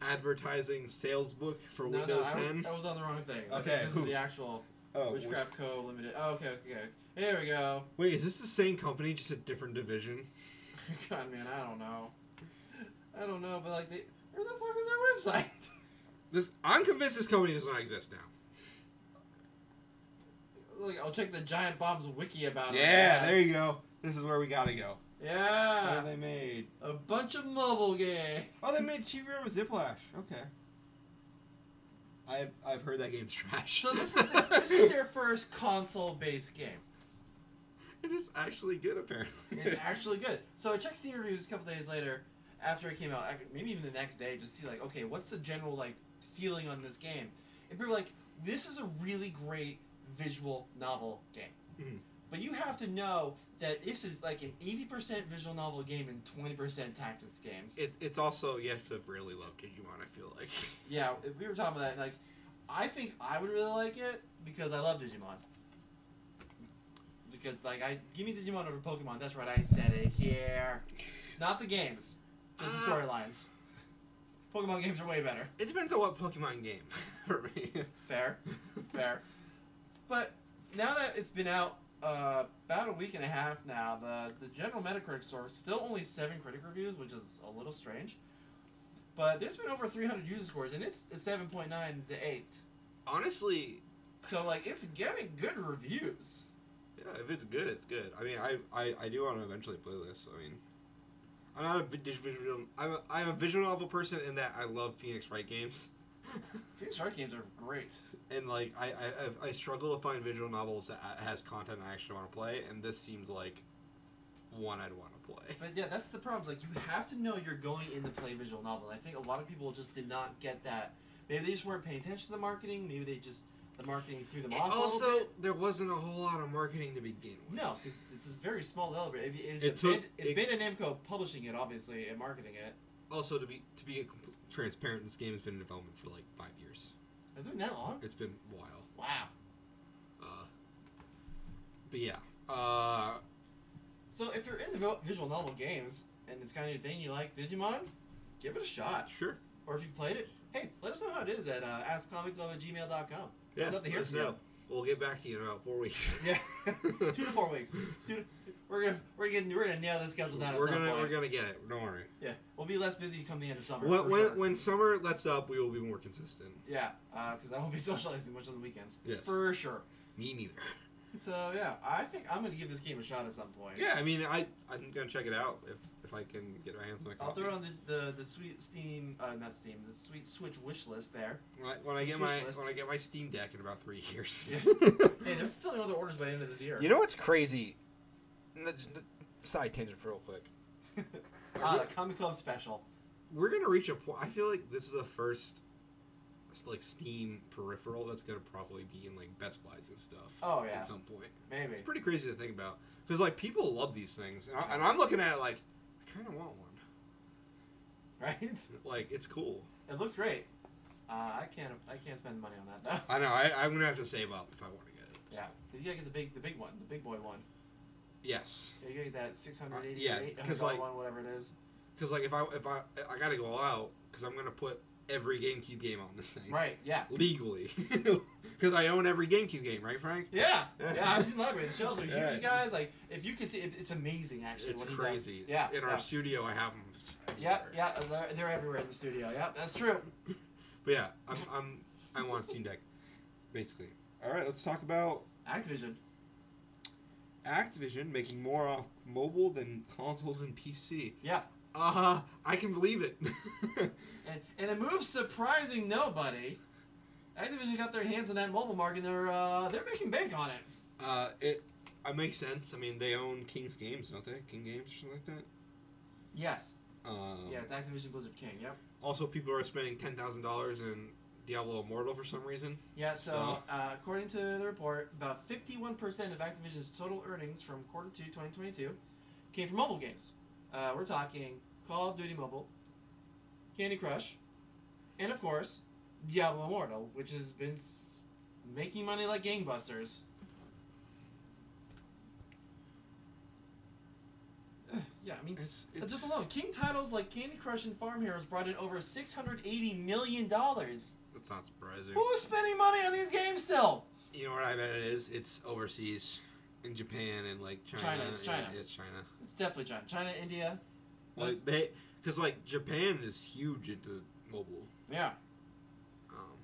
Speaker 1: advertising sales book for
Speaker 2: No, no,
Speaker 1: Windows
Speaker 2: I was,
Speaker 1: 10.
Speaker 2: I was on the wrong thing. I think
Speaker 1: Okay,
Speaker 2: this
Speaker 1: who-
Speaker 2: is the actual
Speaker 1: oh,
Speaker 2: Witchcraft Co. Limited. Oh, okay, okay, okay. Here we go.
Speaker 1: wait, is this the same company, just a different division?
Speaker 2: God, man, I don't know. I don't know, but like, they, where the fuck is their website?
Speaker 1: This I'm convinced this company does not exist now.
Speaker 2: like, I'll check the Giant Bombs wiki about it. I guess.
Speaker 1: you go. This is where we gotta go.
Speaker 2: Yeah,
Speaker 1: they made?
Speaker 2: a bunch of mobile games.
Speaker 1: Oh, they made Chief Zip Ziplash. Okay. I've I've heard that game's trash.
Speaker 2: So this is their, this is their first console-based game.
Speaker 1: it is actually good apparently.
Speaker 2: It's actually good. So I checked Steam reviews a couple days later, after it came out, I- maybe even the next day, just to see like, okay, what's the general like feeling on this game? And people were like, this is a really great visual novel game.
Speaker 1: Mhm.
Speaker 2: But you have to know that this is like an eighty percent visual novel game and twenty percent tactics game.
Speaker 1: It, it's also you have to really love Digimon. I feel like.
Speaker 2: Yeah, if we were talking about that, like, I think I would really like it because I love Digimon. Because like I give me Digimon over Pokemon. That's right, I said it here. Not the games, just the
Speaker 1: Ah.
Speaker 2: storylines. Pokemon games are way better.
Speaker 1: It depends on what Pokemon game for me.
Speaker 2: Fair, fair. But now that it's been out uh, about a week and a half now, the the general Metacritic score still only seven critic reviews, which is a little strange. But there's been over 300 user scores, and it's a 7.9 to 8.
Speaker 1: Honestly,
Speaker 2: So like it's getting good reviews.
Speaker 1: yeah, if it's good, it's good. I mean, I I, I do want to eventually play this. I mean, I'm not a vi- dis- visual. I'm a, I'm a visual novel person in that I love Phoenix Wright games,
Speaker 2: Phoenix Wright games are great.
Speaker 1: and like I I, I I struggle to find visual novels that ha- has content I actually want to play, and this seems like one I'd want to play.
Speaker 2: But yeah, that's the problem. Like you have to know you're going in to play visual novel. I think a lot of people just did not get that. Maybe they just weren't paying attention to the marketing. Maybe they just the marketing threw them
Speaker 1: And
Speaker 2: off. a little
Speaker 1: also,
Speaker 2: bit.
Speaker 1: there wasn't a whole lot of marketing to begin with.
Speaker 2: no, because it's a very small developer. It, it's
Speaker 1: It
Speaker 2: a
Speaker 1: took-
Speaker 2: Bandai- it's
Speaker 1: it-
Speaker 2: been a Namco publishing it, obviously, and marketing it.
Speaker 1: Also, to be to be a compl- transparent, this game has been in development for like five years.
Speaker 2: Has it been that long?
Speaker 1: It's been a while.
Speaker 2: Wow.
Speaker 1: Uh, but yeah, uh,
Speaker 2: So if you're into vi- visual novel games and it's kind of your thing, you like Digimon, give it a shot.
Speaker 1: sure.
Speaker 2: Or if you've played it, hey, let us know how it is at uh, askcomicclub at gmail.com.
Speaker 1: Yeah,
Speaker 2: love to hear
Speaker 1: let us
Speaker 2: from you.
Speaker 1: know. We'll get back to you in about four weeks.
Speaker 2: Yeah, two to four weeks. Two to, we're gonna we're gonna we're gonna nail this schedule down. At
Speaker 1: We're
Speaker 2: some
Speaker 1: gonna
Speaker 2: point.
Speaker 1: we're gonna get it. Don't worry.
Speaker 2: yeah, we'll be less busy come the end of summer.
Speaker 1: When,
Speaker 2: for
Speaker 1: when,
Speaker 2: sure.
Speaker 1: when summer lets up, we will be more consistent.
Speaker 2: yeah, because I won't be socializing much on the weekends.
Speaker 1: Yes.
Speaker 2: for sure.
Speaker 1: Me neither.
Speaker 2: So yeah, I think I'm gonna give this game a shot at some point.
Speaker 1: Yeah, I mean, I I'm gonna check it out if if I can get my hands on a
Speaker 2: I'll
Speaker 1: copy.
Speaker 2: throw it on the the, the sweet Steam, uh, not Steam, the sweet Switch wish list there.
Speaker 1: when I, when I get
Speaker 2: Switch
Speaker 1: my
Speaker 2: list.
Speaker 1: when I get my Steam Deck in about three years.
Speaker 2: Hey, they're filling all their orders by the end of this year.
Speaker 3: You know what's crazy? N- n- Side tangent for real quick.
Speaker 2: ah, the Comic Club special.
Speaker 1: We're gonna reach a point. I feel like this is the first like Steam peripheral that's gonna probably be in like Best Buys and stuff.
Speaker 2: Oh, yeah.
Speaker 1: at some point.
Speaker 2: Maybe.
Speaker 1: It's pretty crazy to think about because like people love these things, and, I, and I'm looking at it like I kind of want one.
Speaker 2: Right? It
Speaker 1: Like it's cool.
Speaker 2: looks great. Uh, I can't I can't spend money on that though.
Speaker 1: I know. I, I'm gonna have to save up if I want to get it.
Speaker 2: Yeah. You gotta get the big the big one, the big boy one.
Speaker 1: Yes.
Speaker 2: Yeah, you gotta get that six hundred eighty
Speaker 1: yeah,
Speaker 2: eight hundred
Speaker 1: 'cause,
Speaker 2: dollar
Speaker 1: like-
Speaker 2: one, whatever it is.
Speaker 1: Because like if I if I I gotta go all out because I'm gonna put every GameCube game on this thing.
Speaker 2: Right, yeah.
Speaker 1: Legally, because I own every GameCube game, right, Frank?
Speaker 2: Yeah, yeah, I've seen libraries. The shelves are huge,
Speaker 1: Yeah.
Speaker 2: you guys. Like, if you can see, it, it's amazing actually.
Speaker 1: It's
Speaker 2: what
Speaker 1: crazy.
Speaker 2: He does. Yeah,
Speaker 1: In
Speaker 2: yeah.
Speaker 1: our studio, I have them.
Speaker 2: yeah, yeah, they're- they're everywhere in the studio. Yeah, that's true.
Speaker 1: But yeah, I'm I'm I want a Steam Deck, basically. All right, let's talk about
Speaker 2: Activision.
Speaker 1: Activision making more off mobile than consoles and PC.
Speaker 2: Yeah,
Speaker 1: Uh huh. I can believe it.
Speaker 2: and and a move surprising nobody. Activision got their hands on that mobile market. And they're uh, they're making bank on it.
Speaker 1: uh, it. It makes sense. I mean, they own King's Games, don't they? King Games or something like that.
Speaker 2: Yes.
Speaker 1: Um,
Speaker 2: Yeah, it's Activision Blizzard King. Yep.
Speaker 1: Also, people are spending ten thousand dollars in Diablo Immortal for some reason.
Speaker 2: Yeah. So
Speaker 1: So-
Speaker 2: uh, according to the report, about fifty-one percent of Activision's total earnings from quarter two, 2022, came from mobile games. Uh, we're talking Call of Duty Mobile, Candy Crush, and of course, Diablo Immortal, which has been s- s- making money like gangbusters. Ugh, Yeah, I mean,
Speaker 1: It's,
Speaker 2: uh,
Speaker 1: it's
Speaker 2: just alone, King titles like Candy Crush and Farm Heroes brought in over six hundred eighty million dollars.
Speaker 1: That's not surprising.
Speaker 2: Who's spending money on these games still?
Speaker 1: You know what I bet it is? It's overseas, in Japan and like China.
Speaker 2: China, it's
Speaker 1: Yeah,
Speaker 2: China.
Speaker 1: it's China.
Speaker 2: It's definitely China. China, India. Those-
Speaker 1: Like they, because like Japan is huge into mobile.
Speaker 2: yeah.
Speaker 1: Um,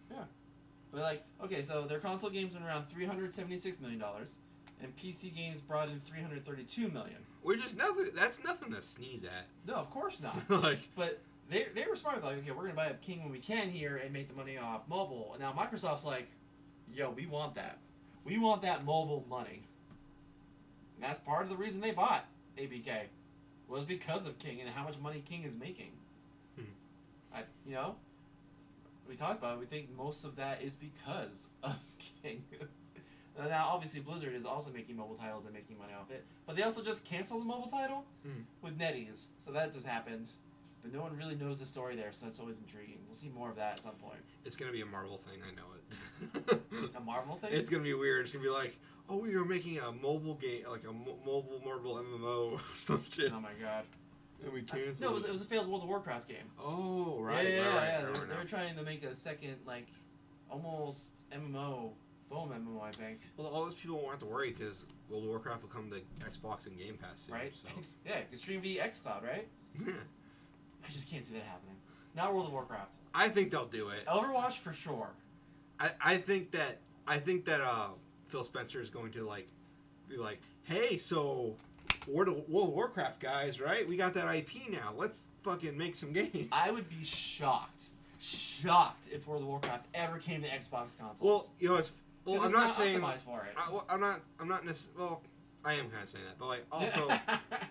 Speaker 2: But like, okay, so their console games went around three hundred seventy-six million dollars, and PC games brought in three hundred thirty-two million.
Speaker 1: we're just nothing. That's nothing to sneeze at.
Speaker 2: No, of course not.
Speaker 1: like
Speaker 2: But they they were smart. Like, okay, we're gonna buy up King when we can here and make the money off mobile. And now Microsoft's like, yo, we want that. We want that mobile money. And that's part of the reason they bought ABK, was because of King and how much money King is making.
Speaker 1: Hmm.
Speaker 2: I you know, we talked about. it, We think most of that is because of King. And now, obviously, Blizzard is also making mobile titles and making money off it, but they also just canceled the mobile title
Speaker 1: Hmm.
Speaker 2: with NetEase, so that just happened. But no one really knows the story there, so that's always intriguing. We'll see more of that at some point.
Speaker 1: it's gonna be a Marvel thing. I know it.
Speaker 2: A Marvel thing?
Speaker 1: it's gonna be weird. It's gonna be like, oh, we were making a mobile game, like a mo- mobile Marvel MMO or some shit,
Speaker 2: Oh my god.
Speaker 1: and we
Speaker 2: I-
Speaker 1: canceled.
Speaker 2: no, it was,
Speaker 1: it.
Speaker 2: it was a failed World of Warcraft game.
Speaker 1: Oh right,
Speaker 2: Yeah, yeah,
Speaker 1: right,
Speaker 2: yeah,
Speaker 1: right,
Speaker 2: yeah.
Speaker 1: I
Speaker 2: They, were,
Speaker 1: remember
Speaker 2: they were
Speaker 1: now.
Speaker 2: trying to make a second, like, almost MMO, foam MMO, I think.
Speaker 1: Well, all those people won't have to worry because World of Warcraft will come to Xbox and Game Pass soon.
Speaker 2: right?
Speaker 1: So.
Speaker 2: yeah, Extreme V xCloud, right?
Speaker 1: Yeah.
Speaker 2: I just can't see that happening. Not World of Warcraft.
Speaker 1: I think they'll do it.
Speaker 2: Overwatch for sure.
Speaker 1: I, I think that I think that uh, Phil Spencer is going to like be like, hey, so World of, World of Warcraft guys, right? We got that IP now. Let's fucking make some games.
Speaker 2: I would be shocked, shocked if World of Warcraft ever came to Xbox consoles.
Speaker 1: well, you know, it's,
Speaker 2: 'Cause
Speaker 1: well, I'm
Speaker 2: it's
Speaker 1: not, saying
Speaker 2: optimized for it.
Speaker 1: I, well, I'm not I'm not necess- well, I am kind of saying that, but like also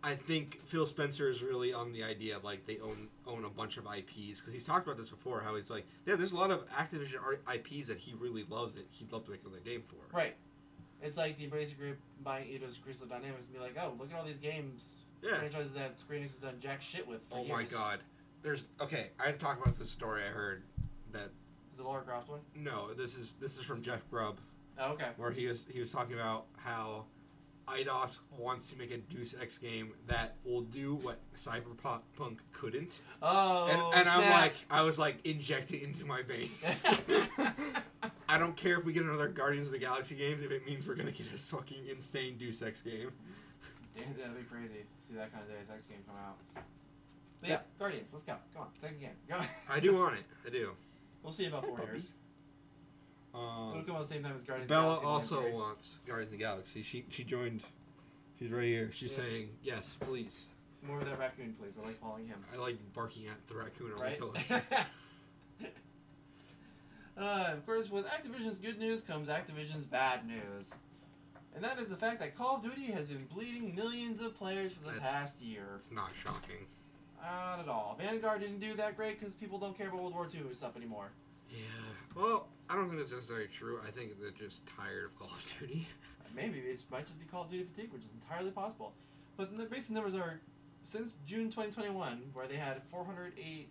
Speaker 1: I think Phil Spencer is really on the idea of, like they own own a bunch of IPs because he's talked about this before. How he's like, yeah, there's a lot of Activision R- IPs that he really loves that he'd love to make another game for.
Speaker 2: right. It's like the Embracer Group buying Eidos Crystal Dynamics and be like, oh, look at all these games,
Speaker 1: Yeah.
Speaker 2: franchises that Square Enix has done jack shit with for
Speaker 1: Oh
Speaker 2: years.
Speaker 1: my god. There's okay. I had to talk about this story I heard. That
Speaker 2: Is the Lara Croft one?
Speaker 1: no, this is this is from Jeff Grubb,
Speaker 2: Oh, okay.
Speaker 1: where he was he was talking about how IDOS wants to make a Deus Ex game that will do what Cyberpunk couldn't,
Speaker 2: Oh,
Speaker 1: and, and I'm
Speaker 2: snap.
Speaker 1: like, I was like, inject it into my veins. I don't care if we get another Guardians of the Galaxy game if it means we're gonna get a fucking insane Deus Ex game.
Speaker 2: Damn, that'd be crazy. to See that kind of Deus Ex game come out. But yeah, Guardians, let's go. Come on, second game. Go.
Speaker 1: I do want it. I do.
Speaker 2: We'll see about
Speaker 3: Hey,
Speaker 2: four
Speaker 3: puppy.
Speaker 2: years. It'll
Speaker 1: Um,
Speaker 2: come out the same time as Guardians. of the
Speaker 1: Bella
Speaker 2: Galaxy Volume
Speaker 1: also
Speaker 2: three.
Speaker 1: wants Guardians of the Galaxy. She she joined. She's right here. She's
Speaker 2: Yeah.
Speaker 1: saying yes, please.
Speaker 2: More of that raccoon, please. I like following him.
Speaker 1: I like barking at the raccoon on
Speaker 2: right?
Speaker 1: the pillow.
Speaker 2: uh, of course, with Activision's good news comes Activision's bad news. And that is the fact that Call of Duty has been bleeding millions of players for the
Speaker 1: That's-
Speaker 2: past year.
Speaker 1: it's not shocking.
Speaker 2: Not at all. Vanguard didn't do that great because people don't care about World War II stuff anymore.
Speaker 1: Yeah. Well, I don't think that's necessarily true. I think they're just tired of Call of Duty.
Speaker 2: Maybe it might just be Call of Duty fatigue, which is entirely possible. But the recent numbers are since June 2021, where they had 408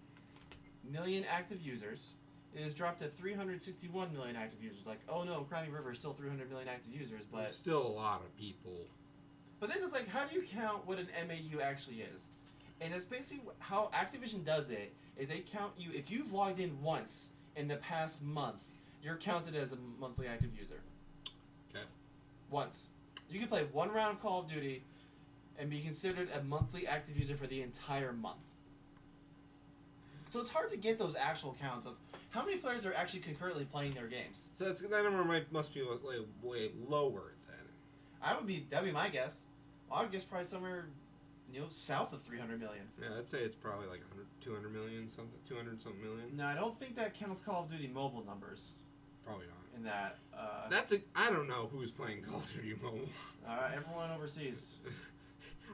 Speaker 2: million active users, it has dropped to 361 million active users. Like, oh no, Crimey River is still 300 million active users,
Speaker 1: There's
Speaker 2: but
Speaker 1: still a lot of people.
Speaker 2: but then it's like, how do you count what an MAU actually is? And it's basically wh- how Activision does it is they count you if you've logged in once in the past month, you're counted as a monthly active user.
Speaker 1: Okay.
Speaker 2: Once. You can play one round of Call of Duty and be considered a monthly active user for the entire month. So it's hard to get those actual counts of how many players are actually concurrently playing their games.
Speaker 1: So that's, that number might must be like, way, way lower than.
Speaker 2: I would be that'd be my guess. I would guess probably somewhere you know south of 300 million.
Speaker 1: Yeah, I'd say it's probably like 100, 200 million something, 200 something million.
Speaker 2: No, I don't think that counts Call of Duty mobile numbers
Speaker 1: Probably not.
Speaker 2: in that. Uh,
Speaker 1: That's a. I don't know who's playing Call of Duty Mobile.
Speaker 2: uh, everyone overseas,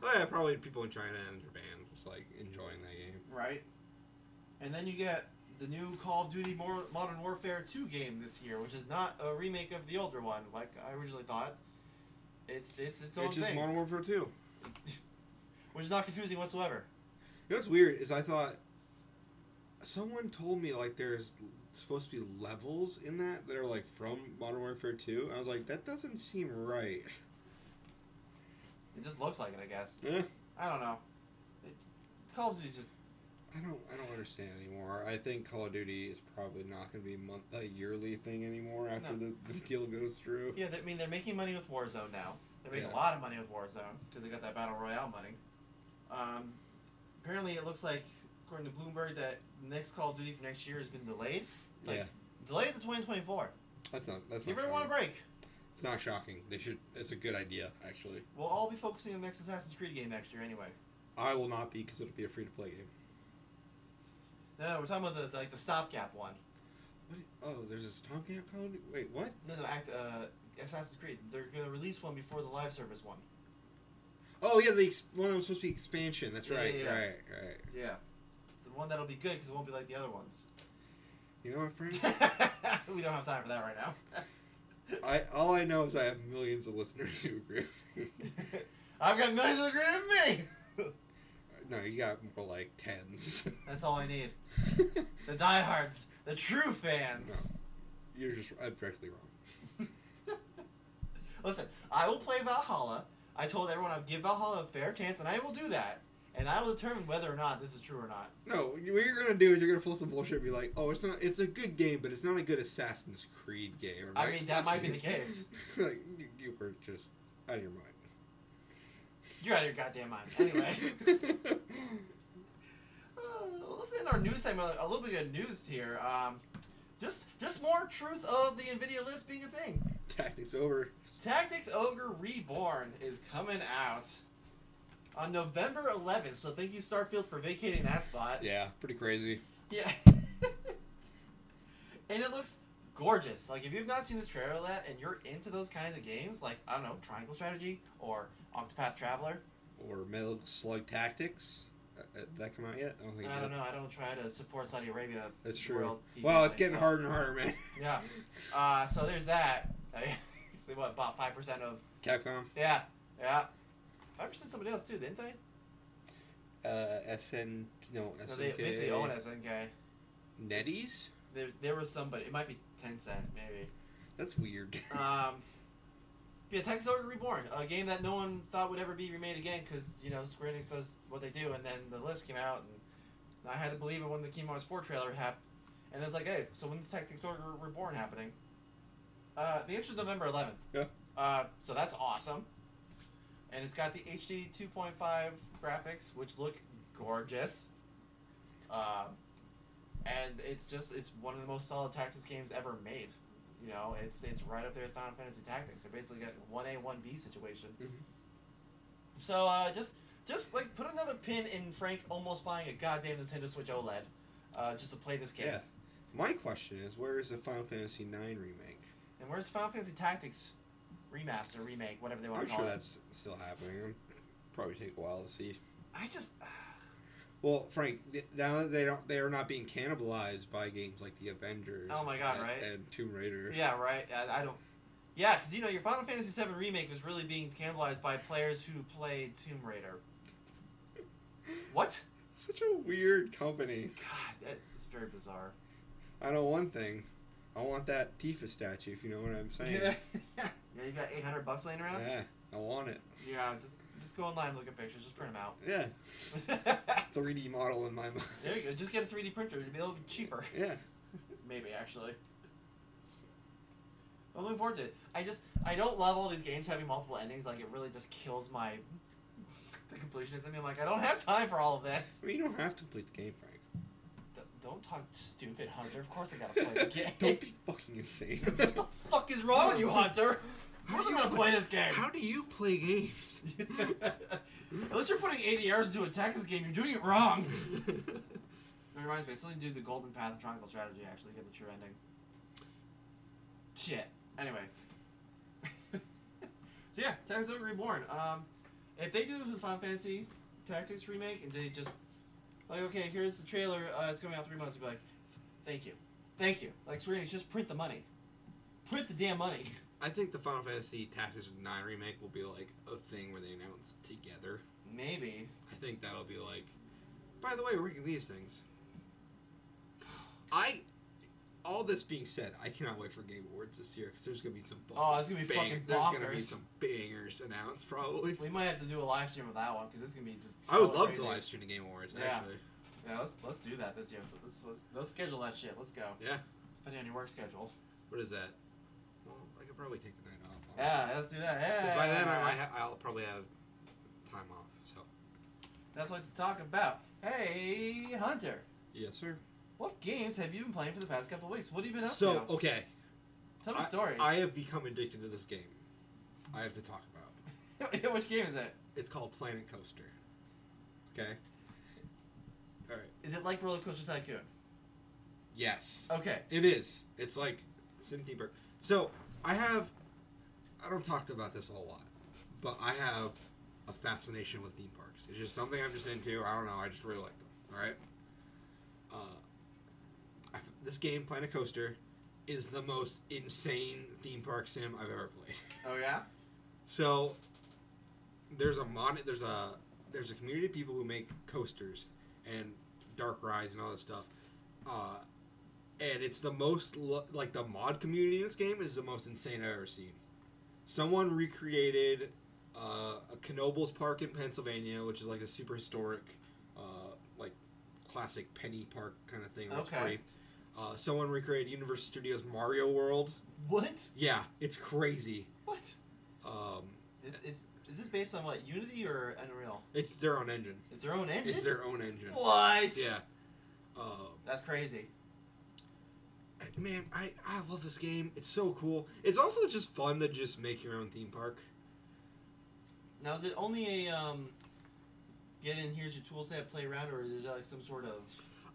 Speaker 1: oh yeah, probably people in China and Japan just like enjoying that game.
Speaker 2: right? And then you get the new Call of Duty Mor- Modern Warfare 2 game this year, which is not a remake of the older one, like I originally thought. It's it's its own
Speaker 1: It's just
Speaker 2: thing,
Speaker 1: Modern Warfare Two.
Speaker 2: which is not confusing whatsoever.
Speaker 1: You know what's weird is I thought someone told me like there's supposed to be levels in that that are like from Modern Warfare 2. I was like, that doesn't seem right.
Speaker 2: It just looks like it, I guess.
Speaker 1: Eh,
Speaker 2: I don't know. It, Call of Duty's just
Speaker 1: I don't I don't understand anymore. I think Call of Duty is probably not going to be a, month, a yearly thing anymore after the, the deal goes through.
Speaker 2: yeah. they- I mean, they're making money with Warzone now. They're making
Speaker 1: Yeah.
Speaker 2: a lot of money with Warzone because they got that battle royale money. Um, apparently, it looks like, according to Bloomberg, that the next Call of Duty for next year has been delayed. Like,
Speaker 1: Yeah.
Speaker 2: Delayed to 2024.
Speaker 1: That's not that's
Speaker 2: Give
Speaker 1: not.
Speaker 2: everyone a
Speaker 1: shocking.
Speaker 2: break.
Speaker 1: It's not shocking. They should it's a good idea actually.
Speaker 2: We'll all be focusing on the next Assassin's Creed game next year anyway.
Speaker 1: I will not be cuz it'll be a free to play game.
Speaker 2: No, no, we're talking about the like the stopgap one.
Speaker 1: What? Oh, there's a stopgap Call of Duty? Wait, what?
Speaker 2: No, no, act, uh, Assassin's Creed. They're gonna release one before the live service one.
Speaker 1: Oh yeah, the ex- one that was supposed to be expansion. That's
Speaker 2: Yeah,
Speaker 1: right.
Speaker 2: yeah, yeah.
Speaker 1: Right, right.
Speaker 2: Yeah, the one that'll be good because it won't be like the other ones.
Speaker 1: You know what, Frank?
Speaker 2: we don't have time for that right now.
Speaker 1: I all I know is I have millions of listeners who agree. with me.
Speaker 2: I've got millions of greater than me.
Speaker 1: no, you got more like tens.
Speaker 2: That's all I need. The diehards, the true fans.
Speaker 1: You're just I'm directly wrong.
Speaker 2: Listen, I will play Valhalla. I told everyone I'd give Valhalla a fair chance, and I will do that. And I will determine whether or not this is true or not.
Speaker 1: No, what you're gonna do is you're gonna pull some bullshit and be like, oh, it's not. It's a good game, but it's not a good Assassin's Creed game. I'm
Speaker 2: I
Speaker 1: like,
Speaker 2: mean, that
Speaker 1: "Fuck
Speaker 2: might be
Speaker 1: you."
Speaker 2: the case.
Speaker 1: like you, you were just out of your mind.
Speaker 2: You're out of your goddamn mind. Anyway, uh, let's end our news segment with a little bit of news here. Um, just, just more truth of the Nvidia list being a thing.
Speaker 1: Tactics over.
Speaker 2: Tactics Ogre Reborn is coming out on November 11th. So thank you, Starfield, for vacating that spot.
Speaker 1: Yeah, pretty crazy.
Speaker 2: Yeah. and it looks gorgeous. Like if you've not seen this trailer yet and you're into those kinds of games, like I don't know, Triangle Strategy or Octopath Traveler.
Speaker 1: Or Metal Slug Tactics. Uh, uh, did that come out yet? I don't think. it
Speaker 2: I
Speaker 1: did.
Speaker 2: don't know. I don't try to support Saudi Arabia.
Speaker 1: That's true.
Speaker 2: world TV
Speaker 1: Wow, it's
Speaker 2: thing,
Speaker 1: getting
Speaker 2: so-
Speaker 1: harder and harder, man.
Speaker 2: Yeah. Uh, so there's that. So they what bought five percent of
Speaker 1: Capcom,
Speaker 2: yeah yeah five percent somebody else too didn't they?
Speaker 1: uh, SN, no,
Speaker 2: No, they
Speaker 1: SNK,
Speaker 2: basically own SNK.
Speaker 1: Netties.
Speaker 2: There, there was somebody. It might be Tencent, maybe.
Speaker 1: That's weird.
Speaker 2: Um, yeah, Texas Ogre Reborn, a game that no one thought would ever be remade again because you know Square Enix does what they do, and then the list came out, and I had to believe it when the Kingdom Hearts Four trailer happened, and it's like, hey, so when's Tactics Ogre Reborn happening? Uh, the answer is November 11th.
Speaker 1: Yeah.
Speaker 2: Uh, so that's awesome, and it's got the HD 2.5 graphics, which look gorgeous. Um, and it's just it's one of the most solid tactics games ever made. You know, it's it's right up there with Final Fantasy Tactics. They basically got one A one B situation.
Speaker 1: Mhm.
Speaker 2: So uh, just just like put another pin in Frank almost buying a goddamn Nintendo Switch OLED uh, just to play this game.
Speaker 1: yeah. My question is, where is the Final Fantasy IX remake?
Speaker 2: And where's Final Fantasy Tactics remaster, remake, whatever they want
Speaker 1: I'm
Speaker 2: to call
Speaker 1: sure
Speaker 2: it?
Speaker 1: that's still happening. It'll probably take a while to see.
Speaker 2: I just
Speaker 1: Well, Frank, th- now that they don't, they are not being cannibalized by games like the Avengers.
Speaker 2: Oh my God,
Speaker 1: and-
Speaker 2: right?
Speaker 1: And Tomb Raider.
Speaker 2: Yeah, right. I, I don't. Yeah, because you know your Final Fantasy VII remake was really being cannibalized by players who played Tomb Raider. What?
Speaker 1: Such a weird company.
Speaker 2: God, that is very bizarre.
Speaker 1: I know one thing. I want that Tifa statue, if you know what I'm saying.
Speaker 2: Yeah. yeah, you got 800 bucks laying around.
Speaker 1: Yeah, I want it.
Speaker 2: Yeah, just just go online, look at pictures, just print them out.
Speaker 1: Yeah,
Speaker 2: there
Speaker 1: 3D model in my mind.
Speaker 2: you go. Just get a 3D printer. It'll be a little bit cheaper.
Speaker 1: Yeah.
Speaker 2: Maybe actually. I'm looking forward to it. I just I don't love all these games having multiple endings. Like it really just kills my the completionist in me. I'm like I don't have time for all of this.
Speaker 1: I mean, you don't have to complete the game, Frank.
Speaker 2: D- don't talk stupid, Hunter. Of course I gotta play the game.
Speaker 1: don't be fucking insane.
Speaker 2: Oh, what the fuck is wrong with you, Hunter?
Speaker 1: How
Speaker 2: How
Speaker 1: do
Speaker 2: am I
Speaker 1: you
Speaker 2: gonna play this game?
Speaker 1: How do you play games?
Speaker 2: Unless you're putting 80 hours into a Texas game, you're doing it wrong. That reminds me, I still need to do the Golden Path and Triangle Strategy actually to get the true ending. Shit. Anyway. so yeah, Tactics Ogre Reborn. Um, if they do the Final Fantasy Tactics remake and they just like, okay, here's the trailer. Uh, it's coming out three months. You'd be like, thank you, thank you. Like Square Enix, just print the money. Print the damn money.
Speaker 1: I think the Final Fantasy Tactics 9 remake will be like a thing where they announce together.
Speaker 2: Maybe.
Speaker 1: I think that'll be like, by the way, we're making these things. I, all this being said, I cannot wait for Game Awards this year because there's gonna be some.
Speaker 2: Oh, it's gonna be fucking
Speaker 1: There's gonna be
Speaker 2: bonkers.
Speaker 1: some bangers announced probably.
Speaker 2: We might have to do a live stream of that one because it's gonna be just.
Speaker 1: I would
Speaker 2: hella
Speaker 1: love
Speaker 2: crazy.
Speaker 1: to live stream the Game Awards.
Speaker 2: Yeah.
Speaker 1: Actually,
Speaker 2: Yeah, let's let's do that this year. Let's let's, let's schedule that shit. Let's go.
Speaker 1: yeah.
Speaker 2: Depending on your work schedule.
Speaker 1: What is that? Well, I could probably take the night off.
Speaker 2: Yeah, let's do that. Yeah.
Speaker 1: 'Cause By then, I might ha- I'll probably have time off. So,
Speaker 2: That's what to talk about. Hey, Hunter.
Speaker 1: yes, sir.
Speaker 2: What games have you been playing for the past couple of weeks? What have you been up to?
Speaker 1: So, okay.
Speaker 2: Tell me stories.
Speaker 1: I have become addicted to this game. I have to talk about.
Speaker 2: Which game is it?
Speaker 1: It's called Planet Coaster. Okay. All right.
Speaker 2: Is it like Roller Coaster Tycoon?
Speaker 1: Yes,
Speaker 2: Okay.
Speaker 1: it is. It's like Cynthia Burke. So I have. I don't talk about this a whole lot, but I have a fascination with theme parks. It's just something I'm just into. I don't know. I just really like them. All right. Uh, I f this game, Planet Coaster, is the most insane theme park sim I've ever played.
Speaker 2: Oh yeah.
Speaker 1: So there's a mod there's a there's a community of people who make coasters and dark rides and all this stuff. Uh, and it's the most lo- like the mod community in this game is the most insane I've ever seen. Someone recreated uh, a Knoebels Park in Pennsylvania, which is like a super historic, uh, like classic penny park kind of thing. where it's
Speaker 2: Okay.
Speaker 1: free. Uh, someone recreated Universal Studios Mario World.
Speaker 2: What?
Speaker 1: Yeah, it's crazy.
Speaker 2: What?
Speaker 1: Um,
Speaker 2: Is is is this based on what Unity or Unreal?
Speaker 1: It's their own engine.
Speaker 2: It's their own engine.
Speaker 1: It's their own engine.
Speaker 2: What?
Speaker 1: Yeah. Um,
Speaker 2: That's crazy.
Speaker 1: man, I, I love this game. It's so cool. It's also just fun to just make your own theme park.
Speaker 2: Now is it only a um, get in here's your tool set, play around, or is there like some sort of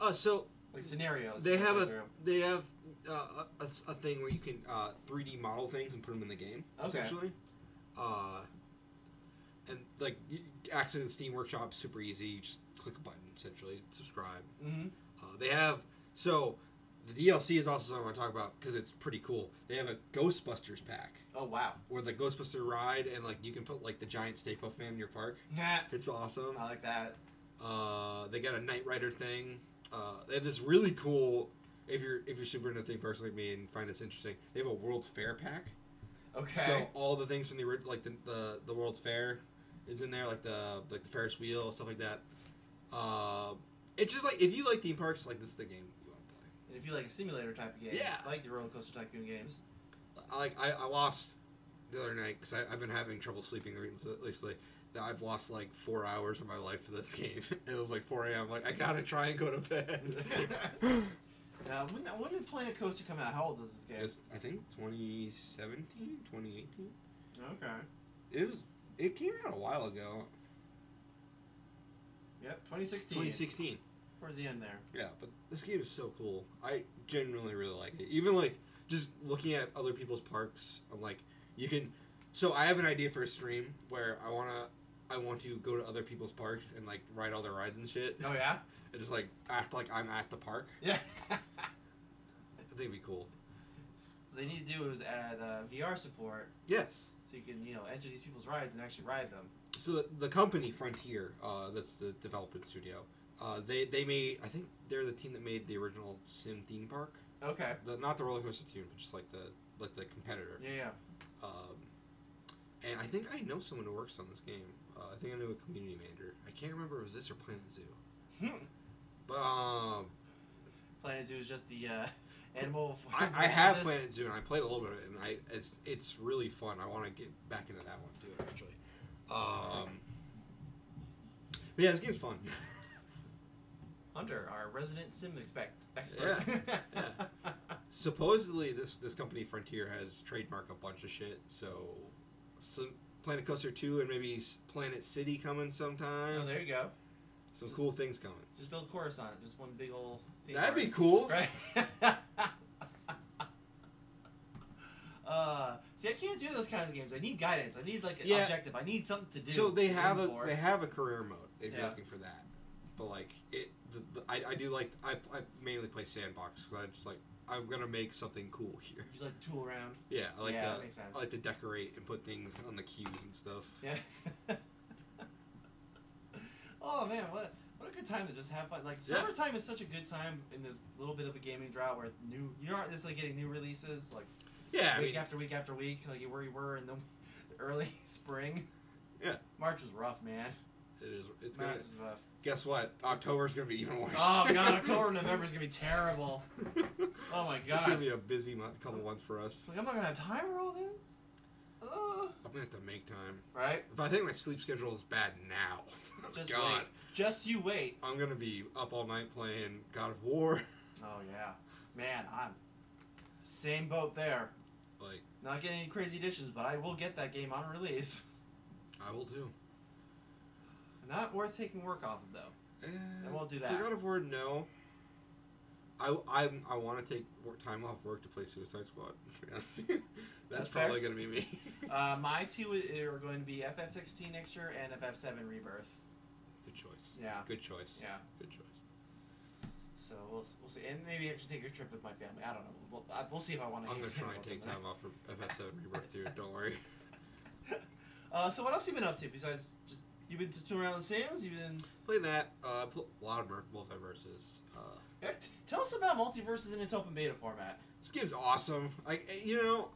Speaker 1: Uh, so
Speaker 2: like scenarios?
Speaker 1: they
Speaker 2: to
Speaker 1: have
Speaker 2: play
Speaker 1: a
Speaker 2: through?
Speaker 1: they have uh, a, a thing where you can uh, 3D model things and put them in the game.
Speaker 2: Okay.
Speaker 1: Essentially. Uh, and like y- access to Steam Workshop is super easy. You just click a button. Essentially, subscribe.
Speaker 2: Mhm.
Speaker 1: Uh, they have so the DLC is also something I want to talk about because it's pretty cool. They have a Ghostbusters pack.
Speaker 2: Oh wow.
Speaker 1: or the Ghostbuster ride, and like you can put like the giant Stay Puft Man in your park.
Speaker 2: Nah.
Speaker 1: It's awesome.
Speaker 2: I like that.
Speaker 1: Uh, they got a Knight Rider thing. Uh, they have this really cool. If you're if you're super into theme parks like me and find this interesting, they have a World's Fair pack.
Speaker 2: Okay.
Speaker 1: So all the things from the ori- like the, the the World's Fair is in there, like the like the Ferris wheel stuff like that. Uh, it's just like if you like theme parks, like this is the game you want to play.
Speaker 2: and if you like a simulator type of game,
Speaker 1: Yeah.
Speaker 2: like the roller coaster tycoon games.
Speaker 1: I- like I, I lost the other night because I've been having trouble sleeping recently. That I've lost like four hours of my life for this game. it was like 4 a.m. Like I gotta try and go to bed.
Speaker 2: Now, uh, when, when did Planet Coaster come out? How old is this game?
Speaker 1: It's- I think 2017, 2018.
Speaker 2: Okay.
Speaker 1: It was. It came out a while ago.
Speaker 2: Yep. 2016.
Speaker 1: 2016.
Speaker 2: Towards the end there.
Speaker 1: Yeah, but this game is so cool. I genuinely really like it. Even like just looking at other people's parks, I'm like, you can. So I have an idea for a stream where I want to I want to go to other people's parks and like ride all their rides and shit,
Speaker 2: Oh yeah,
Speaker 1: and just like act like I'm at the park.
Speaker 2: yeah.
Speaker 1: I think it'd be cool.
Speaker 2: what they need to do is add uh, VR support
Speaker 1: Yes.
Speaker 2: so you can you know enter these people's rides and actually ride them.
Speaker 1: So the, the company Frontier, uh, that's the development studio. Uh, they they made I think they're the team that made the original Sim theme park.
Speaker 2: Okay.
Speaker 1: The, not the roller coaster team, but just like the like the competitor.
Speaker 2: Yeah, yeah.
Speaker 1: Um, and I think I know someone who works on this game. Uh, I think I know a community manager. I can't remember if it was this or Planet Zoo.
Speaker 2: Hmm.
Speaker 1: But um,
Speaker 2: Planet Zoo is just the uh, animal.
Speaker 1: I,
Speaker 2: farm
Speaker 1: I have
Speaker 2: version of
Speaker 1: Planet Zoo and I played a little bit of it, and I it's it's really fun. I want to get back into that one too, actually. Um, but yeah, this game's fun.
Speaker 2: this. Hunter, our resident sim expect expert.
Speaker 1: Yeah, Supposedly, this this company Frontier has trademarked a bunch of shit. So, some Planet Coaster Two and maybe s- Planet City coming sometime.
Speaker 2: oh, there you go.
Speaker 1: some cool things coming.
Speaker 2: Just build chorus on it. Just one big old. theme
Speaker 1: That'd
Speaker 2: park.
Speaker 1: be cool.
Speaker 2: Right. uh, see, I can't do those kinds of games. I need guidance. I need like an
Speaker 1: Yeah.
Speaker 2: objective. I need something to do.
Speaker 1: So they
Speaker 2: to
Speaker 1: have
Speaker 2: aim
Speaker 1: a
Speaker 2: for.
Speaker 1: they have a career mode if you're
Speaker 2: Yeah.
Speaker 1: looking for that. But like it, the, the, I, I do like I, I mainly play sandbox because I just like I'm gonna make something cool here.
Speaker 2: just like tool around.
Speaker 1: Yeah, I like
Speaker 2: yeah,
Speaker 1: to,
Speaker 2: that makes sense.
Speaker 1: I like to decorate and put things on the cues and stuff.
Speaker 2: yeah. oh man, what what a good time to just have fun. Like
Speaker 1: Yeah.
Speaker 2: summertime is such a good time in this little bit of a gaming drought where new you aren't just like getting new releases like
Speaker 1: Yeah, I
Speaker 2: week
Speaker 1: mean,
Speaker 2: after week after week like you where you were in the early spring.
Speaker 1: Yeah.
Speaker 2: March was rough, man.
Speaker 1: it is. It's
Speaker 2: March
Speaker 1: gonna.
Speaker 2: was rough.
Speaker 1: Guess what? October's gonna be even worse.
Speaker 2: Oh god, October and November's gonna be terrible. Oh my
Speaker 1: It's gonna
Speaker 2: god.
Speaker 1: be a busy month, couple months for us.
Speaker 2: It's like I'm not gonna have time for all this. Ugh.
Speaker 1: I'm gonna have to make time.
Speaker 2: right?
Speaker 1: If I think my sleep schedule is bad now, oh,
Speaker 2: Just
Speaker 1: God,
Speaker 2: wait. Just you wait.
Speaker 1: I'm gonna be up all night playing God of War.
Speaker 2: Oh yeah, man, I'm same boat there.
Speaker 1: Like
Speaker 2: Not getting any crazy additions, but I will get that game on release.
Speaker 1: I will too.
Speaker 2: Not worth taking work off of though.
Speaker 1: Eh,
Speaker 2: won't do
Speaker 1: for
Speaker 2: that.
Speaker 1: God of War, no. I I, I want to take wor- time off work to play Suicide Squad. to be honest. That's
Speaker 2: That's
Speaker 1: probably gonna be me.
Speaker 2: Uh, my two i- are going to be FF16 next year and FF7 Rebirth.
Speaker 1: Good choice.
Speaker 2: Yeah,
Speaker 1: Good choice.
Speaker 2: yeah.
Speaker 1: Good choice.
Speaker 2: So we'll s- we'll see, and maybe I should take a trip with my family. I don't know. We'll, I- we'll see if I want to.
Speaker 1: I'm gonna try and take time off for FF7 Rebirth too. Don't worry.
Speaker 2: Uh, so what else you been up to besides just you've been touring around the Sims? You've been
Speaker 1: Play that. Uh, pl- a lot of mur- multiverses. Uh,
Speaker 2: Yeah, t- tell us about multiverses in its open beta format.
Speaker 1: this game's awesome. Like eh, you know,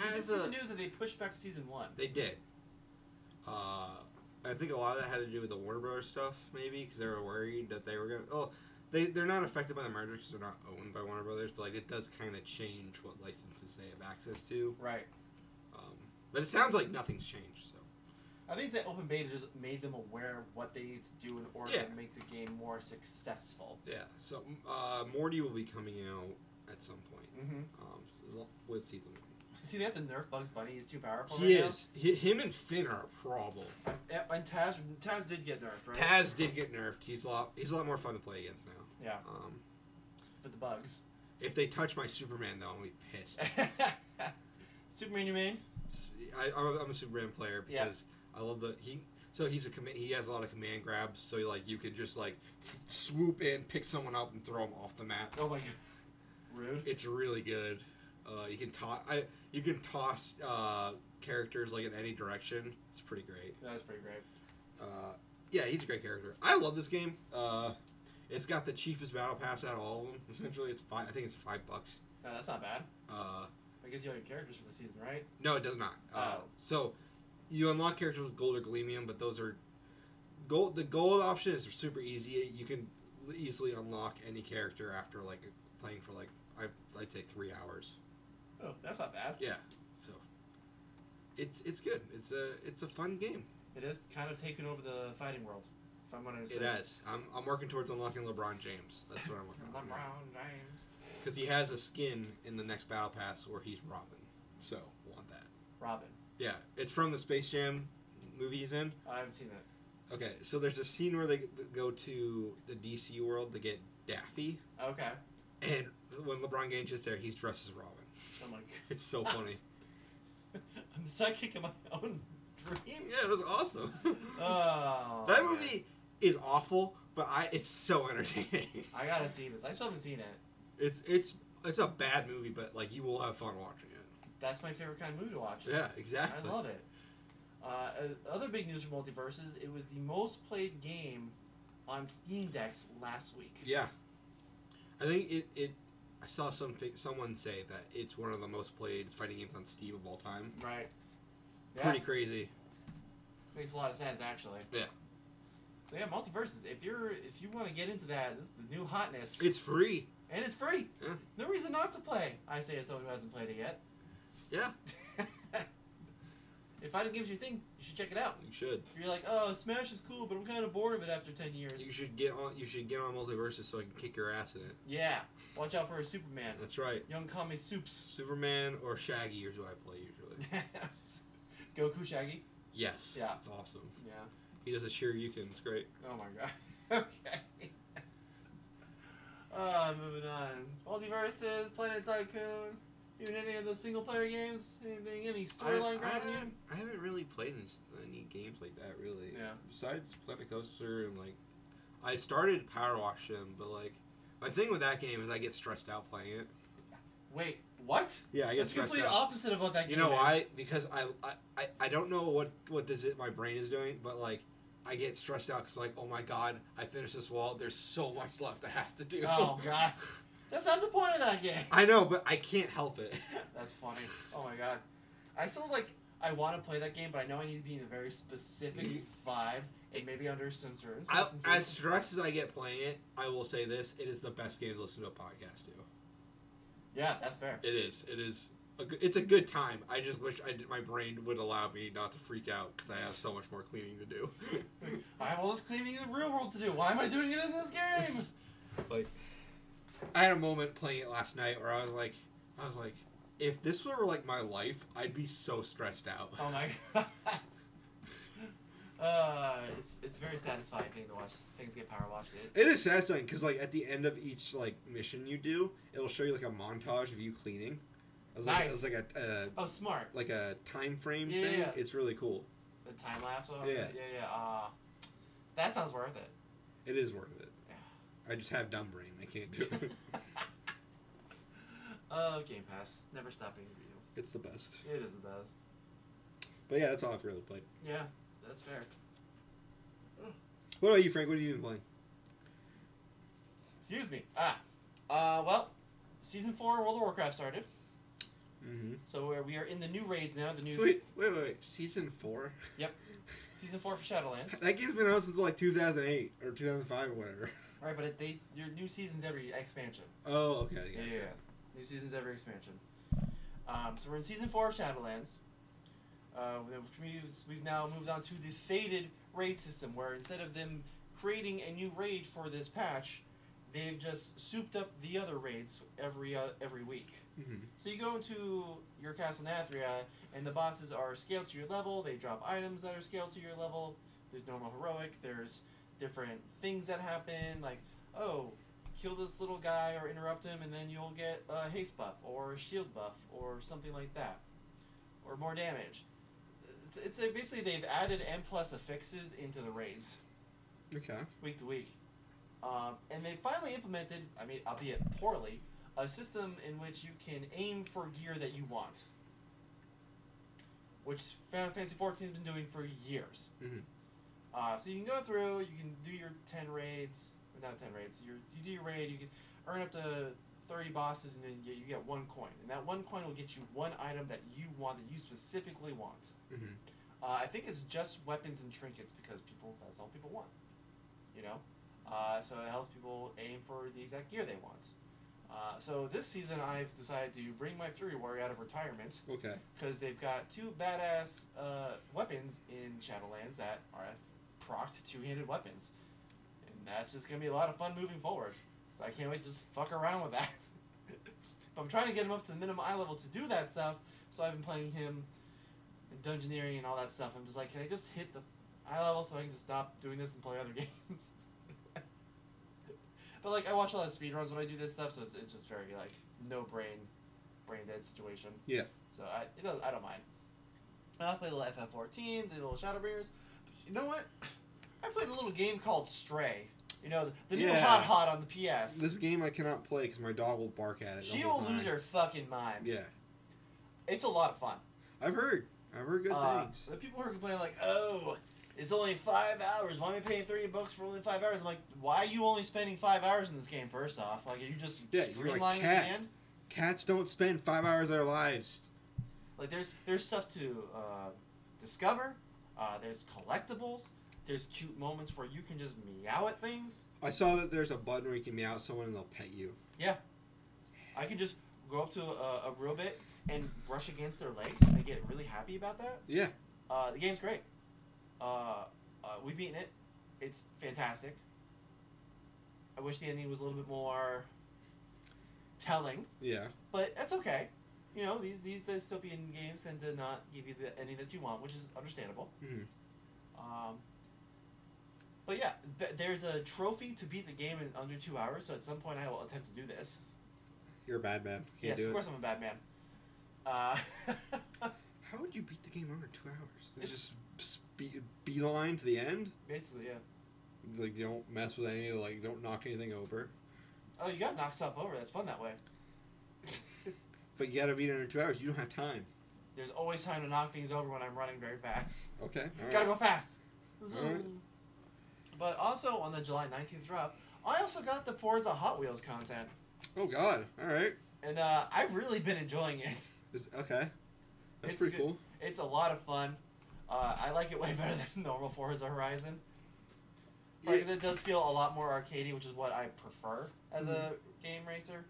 Speaker 2: I did
Speaker 1: as
Speaker 2: see
Speaker 1: a
Speaker 2: the news that they pushed back season one.
Speaker 1: they did. Uh, I think a lot of that had to do with the Warner Brothers stuff, maybe because they were worried that they were gonna. Oh, they they're not affected by the merger because they're not owned by Warner Brothers, but like it does kind of change what licenses they have access to.
Speaker 2: Right.
Speaker 1: Um, but it sounds like nothing's changed. So
Speaker 2: I think that open beta just made them aware of what they need to do in order
Speaker 1: Yeah.
Speaker 2: to make the game more successful.
Speaker 1: yeah, so uh, Morty will be coming out at some point
Speaker 2: Mm-hmm.
Speaker 1: um, as lo- with season one.
Speaker 2: See, they have to nerf Bugs Bunny. He's too powerful.
Speaker 1: He
Speaker 2: Oh, right
Speaker 1: is. Hi him and Finn are a problem.
Speaker 2: Now. Yeah, And Taz, Taz did get nerfed, right?
Speaker 1: Taz did get nerfed. He's a lot. He's a lot more fun to play against now.
Speaker 2: Yeah,
Speaker 1: Um,
Speaker 2: but the bugs.
Speaker 1: if they touch my Superman, though, I'm gonna be pissed.
Speaker 2: Superman, you mean?
Speaker 1: I, I'm, a- I'm a Superman player
Speaker 2: Yeah.
Speaker 1: because I love the he. So he's a command. He has a lot of command grabs. So like you can just like swoop in, pick someone up, and throw them off the map.
Speaker 2: Oh my god. Rude.
Speaker 1: It's really good. Uh, you can toss. I you can toss uh, characters like in any direction. It's pretty great.
Speaker 2: That was pretty great.
Speaker 1: Uh, yeah, he's a great character. I love this game. Uh, it's got the cheapest battle pass out of all of them. Essentially, it's five. I think it's five bucks.
Speaker 2: No, that's not bad.
Speaker 1: Uh,
Speaker 2: I guess you have your characters for the season, right?
Speaker 1: No, it does not. Uh,
Speaker 2: Oh.
Speaker 1: So you unlock characters with gold or gleamium, but those are gold. The gold option is super easy. You can easily unlock any character after like playing for like I, I'd say three hours.
Speaker 2: Oh, that's not bad.
Speaker 1: Yeah. So it's it's good. It's a it's a fun game.
Speaker 2: It is kind of taken over the fighting world, if I'm going to say.
Speaker 1: It has. I'm, I'm working towards unlocking LeBron James. That's what I'm working on.
Speaker 2: LeBron James.
Speaker 1: Because he has a skin in the next battle pass where he's Robin. So want that.
Speaker 2: Robin.
Speaker 1: Yeah, it's from the Space Jam movie he's in.
Speaker 2: I haven't seen that.
Speaker 1: Okay, so there's a scene where they g- go to the DC world to get Daffy,
Speaker 2: Okay.
Speaker 1: and when LeBron James is there, he's dressed as Robin.
Speaker 2: I'm like,
Speaker 1: It's so funny.
Speaker 2: I'm the sidekick of my own dream.
Speaker 1: Yeah, it was awesome.
Speaker 2: Oh,
Speaker 1: that
Speaker 2: man.
Speaker 1: movie is awful, but I it's so entertaining.
Speaker 2: I gotta see this. I still haven't seen it.
Speaker 1: It's it's it's a bad movie, but like you will have fun watching it.
Speaker 2: That's my favorite kind of movie to watch.
Speaker 1: Yeah, exactly.
Speaker 2: I love it. Uh, uh, other big news from Multiverses, it was the most played game on Steam Decks last week.
Speaker 1: Yeah, I think it. it I saw something someone say that it's one of the most played fighting games on Steam of all time.
Speaker 2: Right. Yeah,
Speaker 1: Pretty crazy.
Speaker 2: makes a lot of sense actually.
Speaker 1: Yeah.
Speaker 2: So yeah, Multiverses. If you're if you want to get into that, this is the new hotness,
Speaker 1: It's free.
Speaker 2: and it's free.
Speaker 1: Yeah.
Speaker 2: No reason not to play. I say as someone who hasn't played it yet.
Speaker 1: Yeah,
Speaker 2: if I didn't give you a thing, you should check it out.
Speaker 1: you should.
Speaker 2: If you're like, oh, Smash is cool, but I'm kind of bored of it after 10 years.
Speaker 1: You should get on. You should get on multiverses so I can kick your ass in it.
Speaker 2: Yeah, watch out for a Superman.
Speaker 1: That's right.
Speaker 2: Young Kami Soups.
Speaker 1: Superman or Shaggy is what I play usually.
Speaker 2: Goku Shaggy.
Speaker 1: Yes.
Speaker 2: Yeah.
Speaker 1: It's awesome.
Speaker 2: Yeah.
Speaker 1: He does a Shoryuken. It's great.
Speaker 2: Oh my god. okay. Uh, moving on. Multiverses, Planet Tycoon. Even any of those single player games? Anything? Any storyline
Speaker 1: I, I,
Speaker 2: grabbing
Speaker 1: haven't- I haven't really played in s- any games like that really.
Speaker 2: you? Yeah.
Speaker 1: Besides Planet Coaster and like, I started Power Wash Sim, but like, my thing with that game is I get stressed out playing it.
Speaker 2: Wait, what?
Speaker 1: Yeah, I get
Speaker 2: It's
Speaker 1: stressed
Speaker 2: complete
Speaker 1: out.
Speaker 2: opposite of what that
Speaker 1: You
Speaker 2: game
Speaker 1: know
Speaker 2: is.
Speaker 1: why? Because I, I- I, I don't know what what this is, my brain is doing, but like I get stressed out because like oh my god, I finished this wall. There's so much left I have to do.
Speaker 2: Oh, God. That's not the point of that game.
Speaker 1: I know, but I can't help it.
Speaker 2: That's funny. Oh my god. I still like I want to play that game, but I know I need to be in a very specific
Speaker 1: You-
Speaker 2: vibe and maybe under some certain
Speaker 1: I, as
Speaker 2: circumstances.
Speaker 1: stressed as I get playing it, I will say this: it is the best game to listen to a podcast to.
Speaker 2: Yeah, that's fair.
Speaker 1: It is. It is. A, good- it's a good time. I just wish I did, my brain would allow me not to freak out because I have so much more cleaning to do.
Speaker 2: I have all this cleaning in the real world to do. Why am I doing it in this game?
Speaker 1: like I had a moment playing it last night where I was like I was like if this were like my life I'd be so stressed out.
Speaker 2: Oh my god. Uh, it's it's a very satisfying thing to watch things get power washed. It
Speaker 1: It is satisfying because like at the end of each like mission you do, it'll show you like a montage of you cleaning. It was like, it was,
Speaker 2: Nice.
Speaker 1: like a, a
Speaker 2: oh smart
Speaker 1: like a time frame
Speaker 2: Yeah,
Speaker 1: thing.
Speaker 2: yeah.
Speaker 1: It's really cool.
Speaker 2: the time lapse. oh,
Speaker 1: Yeah.
Speaker 2: yeah, yeah. Uh, that sounds worth it.
Speaker 1: It is worth it.
Speaker 2: Yeah.
Speaker 1: I just have dumb brain. I can't do it.
Speaker 2: uh, Game Pass never stop being for
Speaker 1: it's the best.
Speaker 2: you. It is the best.
Speaker 1: But yeah, that's all I've really played.
Speaker 2: Yeah, that's fair.
Speaker 1: What about you, Frank? What have you been playing?
Speaker 2: Excuse me. Ah. Uh, well, season four of World of Warcraft started,
Speaker 1: Mm-hmm.
Speaker 2: so we're, we are in the new raids now. The new
Speaker 1: So wait, wait, wait, wait. Season four.
Speaker 2: Yep. season four for Shadowlands.
Speaker 1: That game's been out since like 2008 or 2005 or whatever.
Speaker 2: All right, but it, they your new seasons every expansion.
Speaker 1: Oh, okay.
Speaker 2: Yeah,
Speaker 1: Yeah.
Speaker 2: yeah, yeah. New seasons every expansion. Um, so we're in season four of Shadowlands. Uh, which means we've now moved on to the faded raid system, where instead of them creating a new raid for this patch, they've just souped up the other raids every uh, every week.
Speaker 1: Mhm.
Speaker 2: So you go into your castle Nathria, and the bosses are scaled to your level. They drop items that are scaled to your level. There's normal heroic. There's different things that happen, like oh, kill this little guy or interrupt him, and then you'll get a haste buff or a shield buff or something like that, or more damage. It's, it's like basically they've added M plus affixes into the raids
Speaker 1: Okay.
Speaker 2: week to week. Um, and they finally implemented, I mean, albeit poorly, a system in which you can aim for gear that you want. Which Final Fantasy XIV has been doing for years.
Speaker 1: Mhm.
Speaker 2: Uh, so you can go through, you can do your 10 raids, or not 10 raids, your, you do your raid, you can earn up to 30 bosses, and then you, you get one coin. And that one coin will get you one item that you want, that you specifically want.
Speaker 1: Mhm.
Speaker 2: Uh, I think it's just weapons and trinkets because people that's all people want. You know? Uh, so it helps people aim for the exact gear they want. Uh, so this season I've decided to bring my Fury Warrior out of retirement
Speaker 1: Okay.
Speaker 2: because they've got two badass uh, weapons in Shadowlands that are procked two-handed weapons. And that's just going to be a lot of fun moving forward. So I can't wait to just fuck around with that. but I'm trying to get him up to the minimum eye level to do that stuff, so I've been playing him in Dungeoneering and all that stuff. I'm just like, can I just hit the eye level so I can just stop doing this and play other games? but like, I watch a lot of speedruns when I do this stuff, so it's, it's just very like no brain, brain dead situation.
Speaker 1: Yeah.
Speaker 2: So I, it does, I don't mind. And I played a little FF14, did a little Shadowbringers. But you know what? I played a little game called Stray. You know, the, the new
Speaker 1: Yeah.
Speaker 2: hot hot on the PS.
Speaker 1: This game I cannot play because my dog will bark at it. the
Speaker 2: she
Speaker 1: whole
Speaker 2: will lose
Speaker 1: time.
Speaker 2: her fucking mind.
Speaker 1: Yeah,
Speaker 2: It's a lot of fun.
Speaker 1: I've heard. I've heard good
Speaker 2: Uh,
Speaker 1: things.
Speaker 2: The people who are complaining like, "Oh, it's only five hours. Why am I paying thirty bucks for only five hours?" I'm like, "Why are you only spending five hours in this game? First off, like, are you just
Speaker 1: Yeah, you're
Speaker 2: streamlining
Speaker 1: like
Speaker 2: it
Speaker 1: cat.
Speaker 2: at the end?
Speaker 1: Cats don't spend five hours of their lives.
Speaker 2: Like, there's there's stuff to uh, discover. Uh, there's collectibles. There's cute moments where you can just meow at things.
Speaker 1: I saw that there's a button where you can meow at someone and they'll pet you.
Speaker 2: I can just go up to a, a robot and brush against their legs. I get really happy about that.
Speaker 1: Yeah,
Speaker 2: Uh, the game's great. Uh, uh, we've beaten it. It's fantastic. I wish the ending was a little bit more telling,
Speaker 1: yeah.
Speaker 2: but that's okay. You know, these these dystopian games tend to not give you the ending that you want, which is understandable.
Speaker 1: Mhm.
Speaker 2: Um, but yeah, th- there's a trophy to beat the game in under two hours, so at some point I will attempt to do this.
Speaker 1: You're a bad man. Can't
Speaker 2: yes,
Speaker 1: do
Speaker 2: of
Speaker 1: it.
Speaker 2: course I'm a bad man. Uh,
Speaker 1: How would you beat the game under two hours?
Speaker 2: It's-
Speaker 1: It's just spe- beeline to the end.
Speaker 2: basically, yeah.
Speaker 1: Like you don't mess with any. Like don't knock anything over.
Speaker 2: Oh, you gotta knock stuff over. That's fun that way.
Speaker 1: But you gotta beat it under two hours. You don't have time.
Speaker 2: There's always time to knock things over when I'm running very fast.
Speaker 1: Okay. all right.
Speaker 2: Gotta go fast.
Speaker 1: Alright.
Speaker 2: Zoom. But also on the July 19th drop, I also got the Forza Hot Wheels content.
Speaker 1: Oh God. All right.
Speaker 2: And uh, I've really been enjoying it.
Speaker 1: This, okay. That's
Speaker 2: It's
Speaker 1: pretty
Speaker 2: good.
Speaker 1: cool.
Speaker 2: It's a lot of fun. Uh, I like it way better than normal Forza Horizon. Because Oh, it does feel a lot more arcadey, which is what I prefer as a game racer.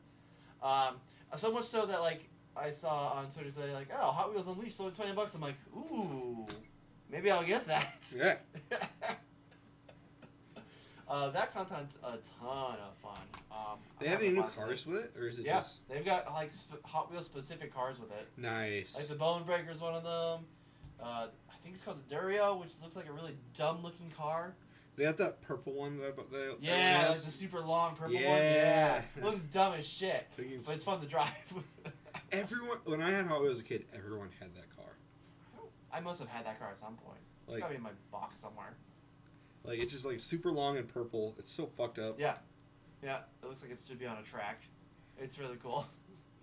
Speaker 2: Um, so much so that like I saw on Twitter today, like, oh, Hot Wheels Unleashed only twenty bucks. I'm like, ooh, maybe I'll get that.
Speaker 1: Yeah.
Speaker 2: uh, that content's a ton of fun. Um,
Speaker 1: They
Speaker 2: I
Speaker 1: had
Speaker 2: have
Speaker 1: any
Speaker 2: a
Speaker 1: new
Speaker 2: box of
Speaker 1: cars
Speaker 2: it.
Speaker 1: with it, or is it
Speaker 2: Yeah,
Speaker 1: just
Speaker 2: they've got like sp- Hot Wheels specific cars with it.
Speaker 1: nice?
Speaker 2: Like the Bone Breaker's one of them. Uh, I think it's called the Durio, which looks like a really dumb looking car.
Speaker 1: they had that purple one that I- they,
Speaker 2: Yeah,
Speaker 1: everyone
Speaker 2: like
Speaker 1: has.
Speaker 2: the super long purple one. Yeah,
Speaker 1: Yeah.
Speaker 2: looks dumb as shit,
Speaker 1: They can-
Speaker 2: but it's fun to drive.
Speaker 1: everyone. When I had Hot Wheels as a kid, everyone had that car.
Speaker 2: I must have had that car at some point. It's
Speaker 1: Like-
Speaker 2: gotta be in my box somewhere.
Speaker 1: Like it's just like super long and purple. It's so fucked up.
Speaker 2: Yeah, yeah. It looks like it should be on a track. It's really cool.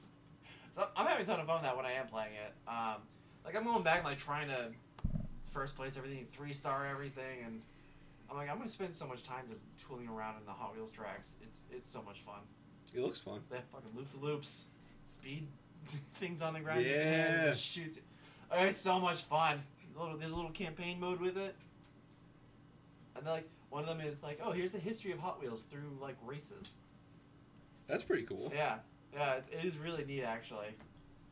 Speaker 2: so I'm having a ton of fun with that when I am playing it. Um, like I'm going back, like trying to first place everything, three star everything, and I'm like, I'm gonna spend so much time just tooling around in the Hot Wheels tracks. It's it's so much fun.
Speaker 1: It looks fun.
Speaker 2: They have fucking loop the loops, speed things on the ground. you can, it
Speaker 1: Yeah.
Speaker 2: just shoots. it. Oh, it's so much fun. A little- there's a little campaign mode with it, and then, like one of them is like, oh, here's the history of Hot Wheels through like races.
Speaker 1: That's pretty cool.
Speaker 2: Yeah, yeah, it, it is really neat actually.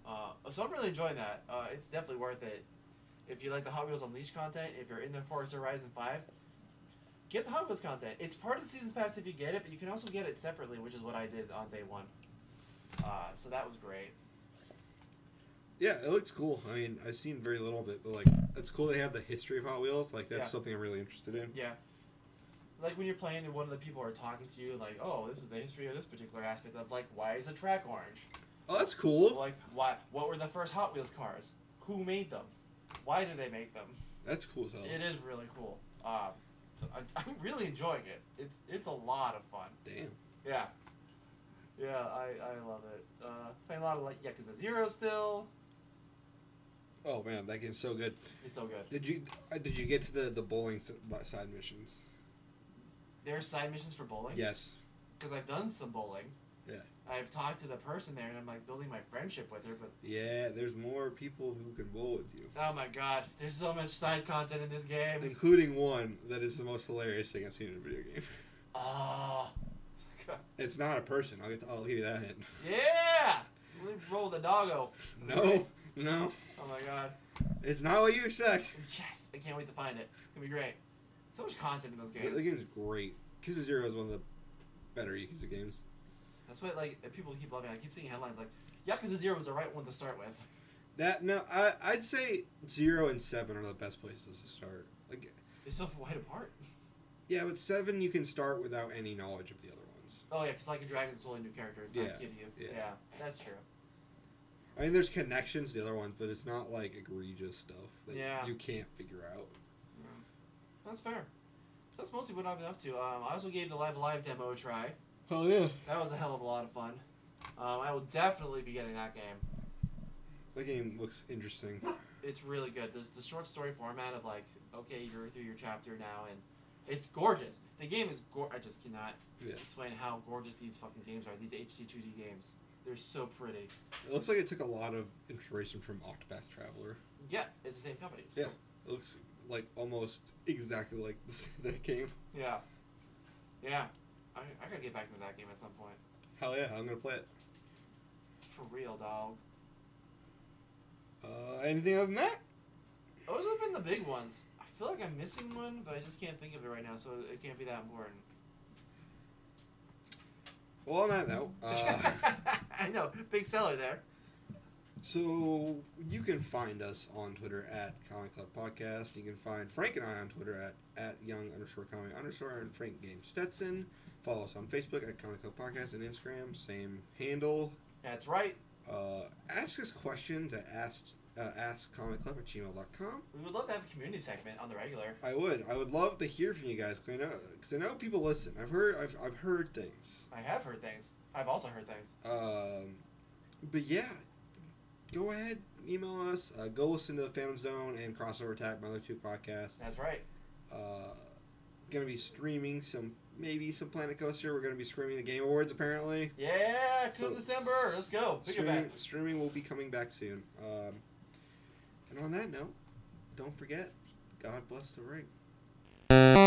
Speaker 2: Uh, so I'm really enjoying that. Uh, it's definitely worth it. If you like the Hot Wheels Unleashed content, if you're in the Forza Horizon Five, get the Hot Wheels content. It's part of the season pass if you get it, but you can also get it separately, which is what I did on day one. Uh, so that was great.
Speaker 1: Yeah, it looks cool. I mean, I've seen very little of it, but like, it's cool they have the history of Hot Wheels. Like, that's
Speaker 2: Yeah.
Speaker 1: something I'm really interested in.
Speaker 2: Yeah. Like when you're playing and one of the people are talking to you, like, oh, this is the history of this particular aspect of like, why is the track orange?
Speaker 1: Oh, that's cool.
Speaker 2: Like, why? What were the first Hot Wheels cars? Who made them? Why did they make them?
Speaker 1: That's cool as hell.
Speaker 2: It is really cool. Um, so I'm, I'm really enjoying it. It's it's a lot of fun.
Speaker 1: Damn.
Speaker 2: Yeah. Yeah, I, I love it. Uh, playing a lot of like Yakuza Zero still.
Speaker 1: Oh man, that game's so good.
Speaker 2: It's so good.
Speaker 1: Did you uh, did you get to the the bowling s- b- side missions?
Speaker 2: There are side missions for bowling.
Speaker 1: Yes.
Speaker 2: Because I've done some bowling.
Speaker 1: Yeah.
Speaker 2: I've talked to the person there, and I'm like building my friendship with her. But
Speaker 1: Yeah. There's more people who can bowl with you,
Speaker 2: oh my god, there's so much side content in this game. It's-
Speaker 1: including one that is the most hilarious thing I've seen in a video game.
Speaker 2: Oh, God.
Speaker 1: It's not a person. I'll get. I'll give you that hint.
Speaker 2: yeah. Let me roll the doggo.
Speaker 1: No, no,
Speaker 2: Oh my god.
Speaker 1: it's not what you expect.
Speaker 2: Yes, I can't wait to find it. It's gonna be great. So much content in those
Speaker 1: The-
Speaker 2: games.
Speaker 1: The game's great. Kiss of Zero is one of the better Yakuza games.
Speaker 2: That's what like people keep loving. I keep seeing headlines like Yakuza Zero was the right one to start with.
Speaker 1: That no, I I'd say zero and seven are the best places to start. Like,
Speaker 2: They're so wide apart.
Speaker 1: yeah, with seven you can start without any knowledge of the other ones.
Speaker 2: Oh yeah, because like a dragon's a totally new character. It's not
Speaker 1: Yeah,
Speaker 2: kid you. Yeah.
Speaker 1: yeah.
Speaker 2: that's true.
Speaker 1: I mean, there's connections to the other ones, but it's not like egregious stuff that
Speaker 2: Yeah.
Speaker 1: you can't figure out.
Speaker 2: That's fair. That's mostly what I've been up to. Um, I also gave the Live Alive demo a try.
Speaker 1: Oh yeah,
Speaker 2: That was a hell of a lot of fun. Um, I will definitely be getting that game.
Speaker 1: that game looks interesting.
Speaker 2: It's really good. There's the short story format of like, okay, you're through your chapter now, and it's gorgeous. The game is gor. I just cannot
Speaker 1: Yeah,
Speaker 2: explain how gorgeous these fucking games are. These HD 2D games. They're so pretty.
Speaker 1: it looks like it took a lot of inspiration from Octopath Traveler.
Speaker 2: Yeah, it's the same company.
Speaker 1: Yeah. It looks like almost exactly like this, that game.
Speaker 2: Yeah. Yeah. I, I gotta get back into that game at some point.
Speaker 1: Hell yeah, I'm gonna play it.
Speaker 2: For real, dog.
Speaker 1: Uh, anything other than that?
Speaker 2: Those have been the big ones. I feel like I'm missing one, but I just can't think of it right now, so it can't be that important.
Speaker 1: Well, on that note, uh,
Speaker 2: I know, big seller there.
Speaker 1: so you can find us on Twitter at Comic Club Podcast. You can find Frank and I on Twitter at, at young underscore comic underscore and Frank Game Stetson. Follow us on Facebook at Comic Club Podcast and Instagram, same handle.
Speaker 2: That's right.
Speaker 1: Uh, ask us questions at ask, uh, askcomicclub at gmail.com.
Speaker 2: We would love to have a community segment on the regular.
Speaker 1: I would. I would love to hear from you guys because I know because I know people listen. I've heard. I've, I've heard things.
Speaker 2: I have heard things. I've also heard things.
Speaker 1: Um, but yeah, go ahead, email us. Uh, go listen to Phantom Zone and Crossover Attack, my other two podcasts.
Speaker 2: That's right.
Speaker 1: Uh, gonna be streaming some maybe some Planet Coaster. We're gonna be streaming the Game Awards apparently.
Speaker 2: Yeah, come
Speaker 1: So-
Speaker 2: December. Let's go. Pick it Oh, back.
Speaker 1: Streaming, streaming will be coming back soon. Um, and on that note, don't forget, God bless the ring.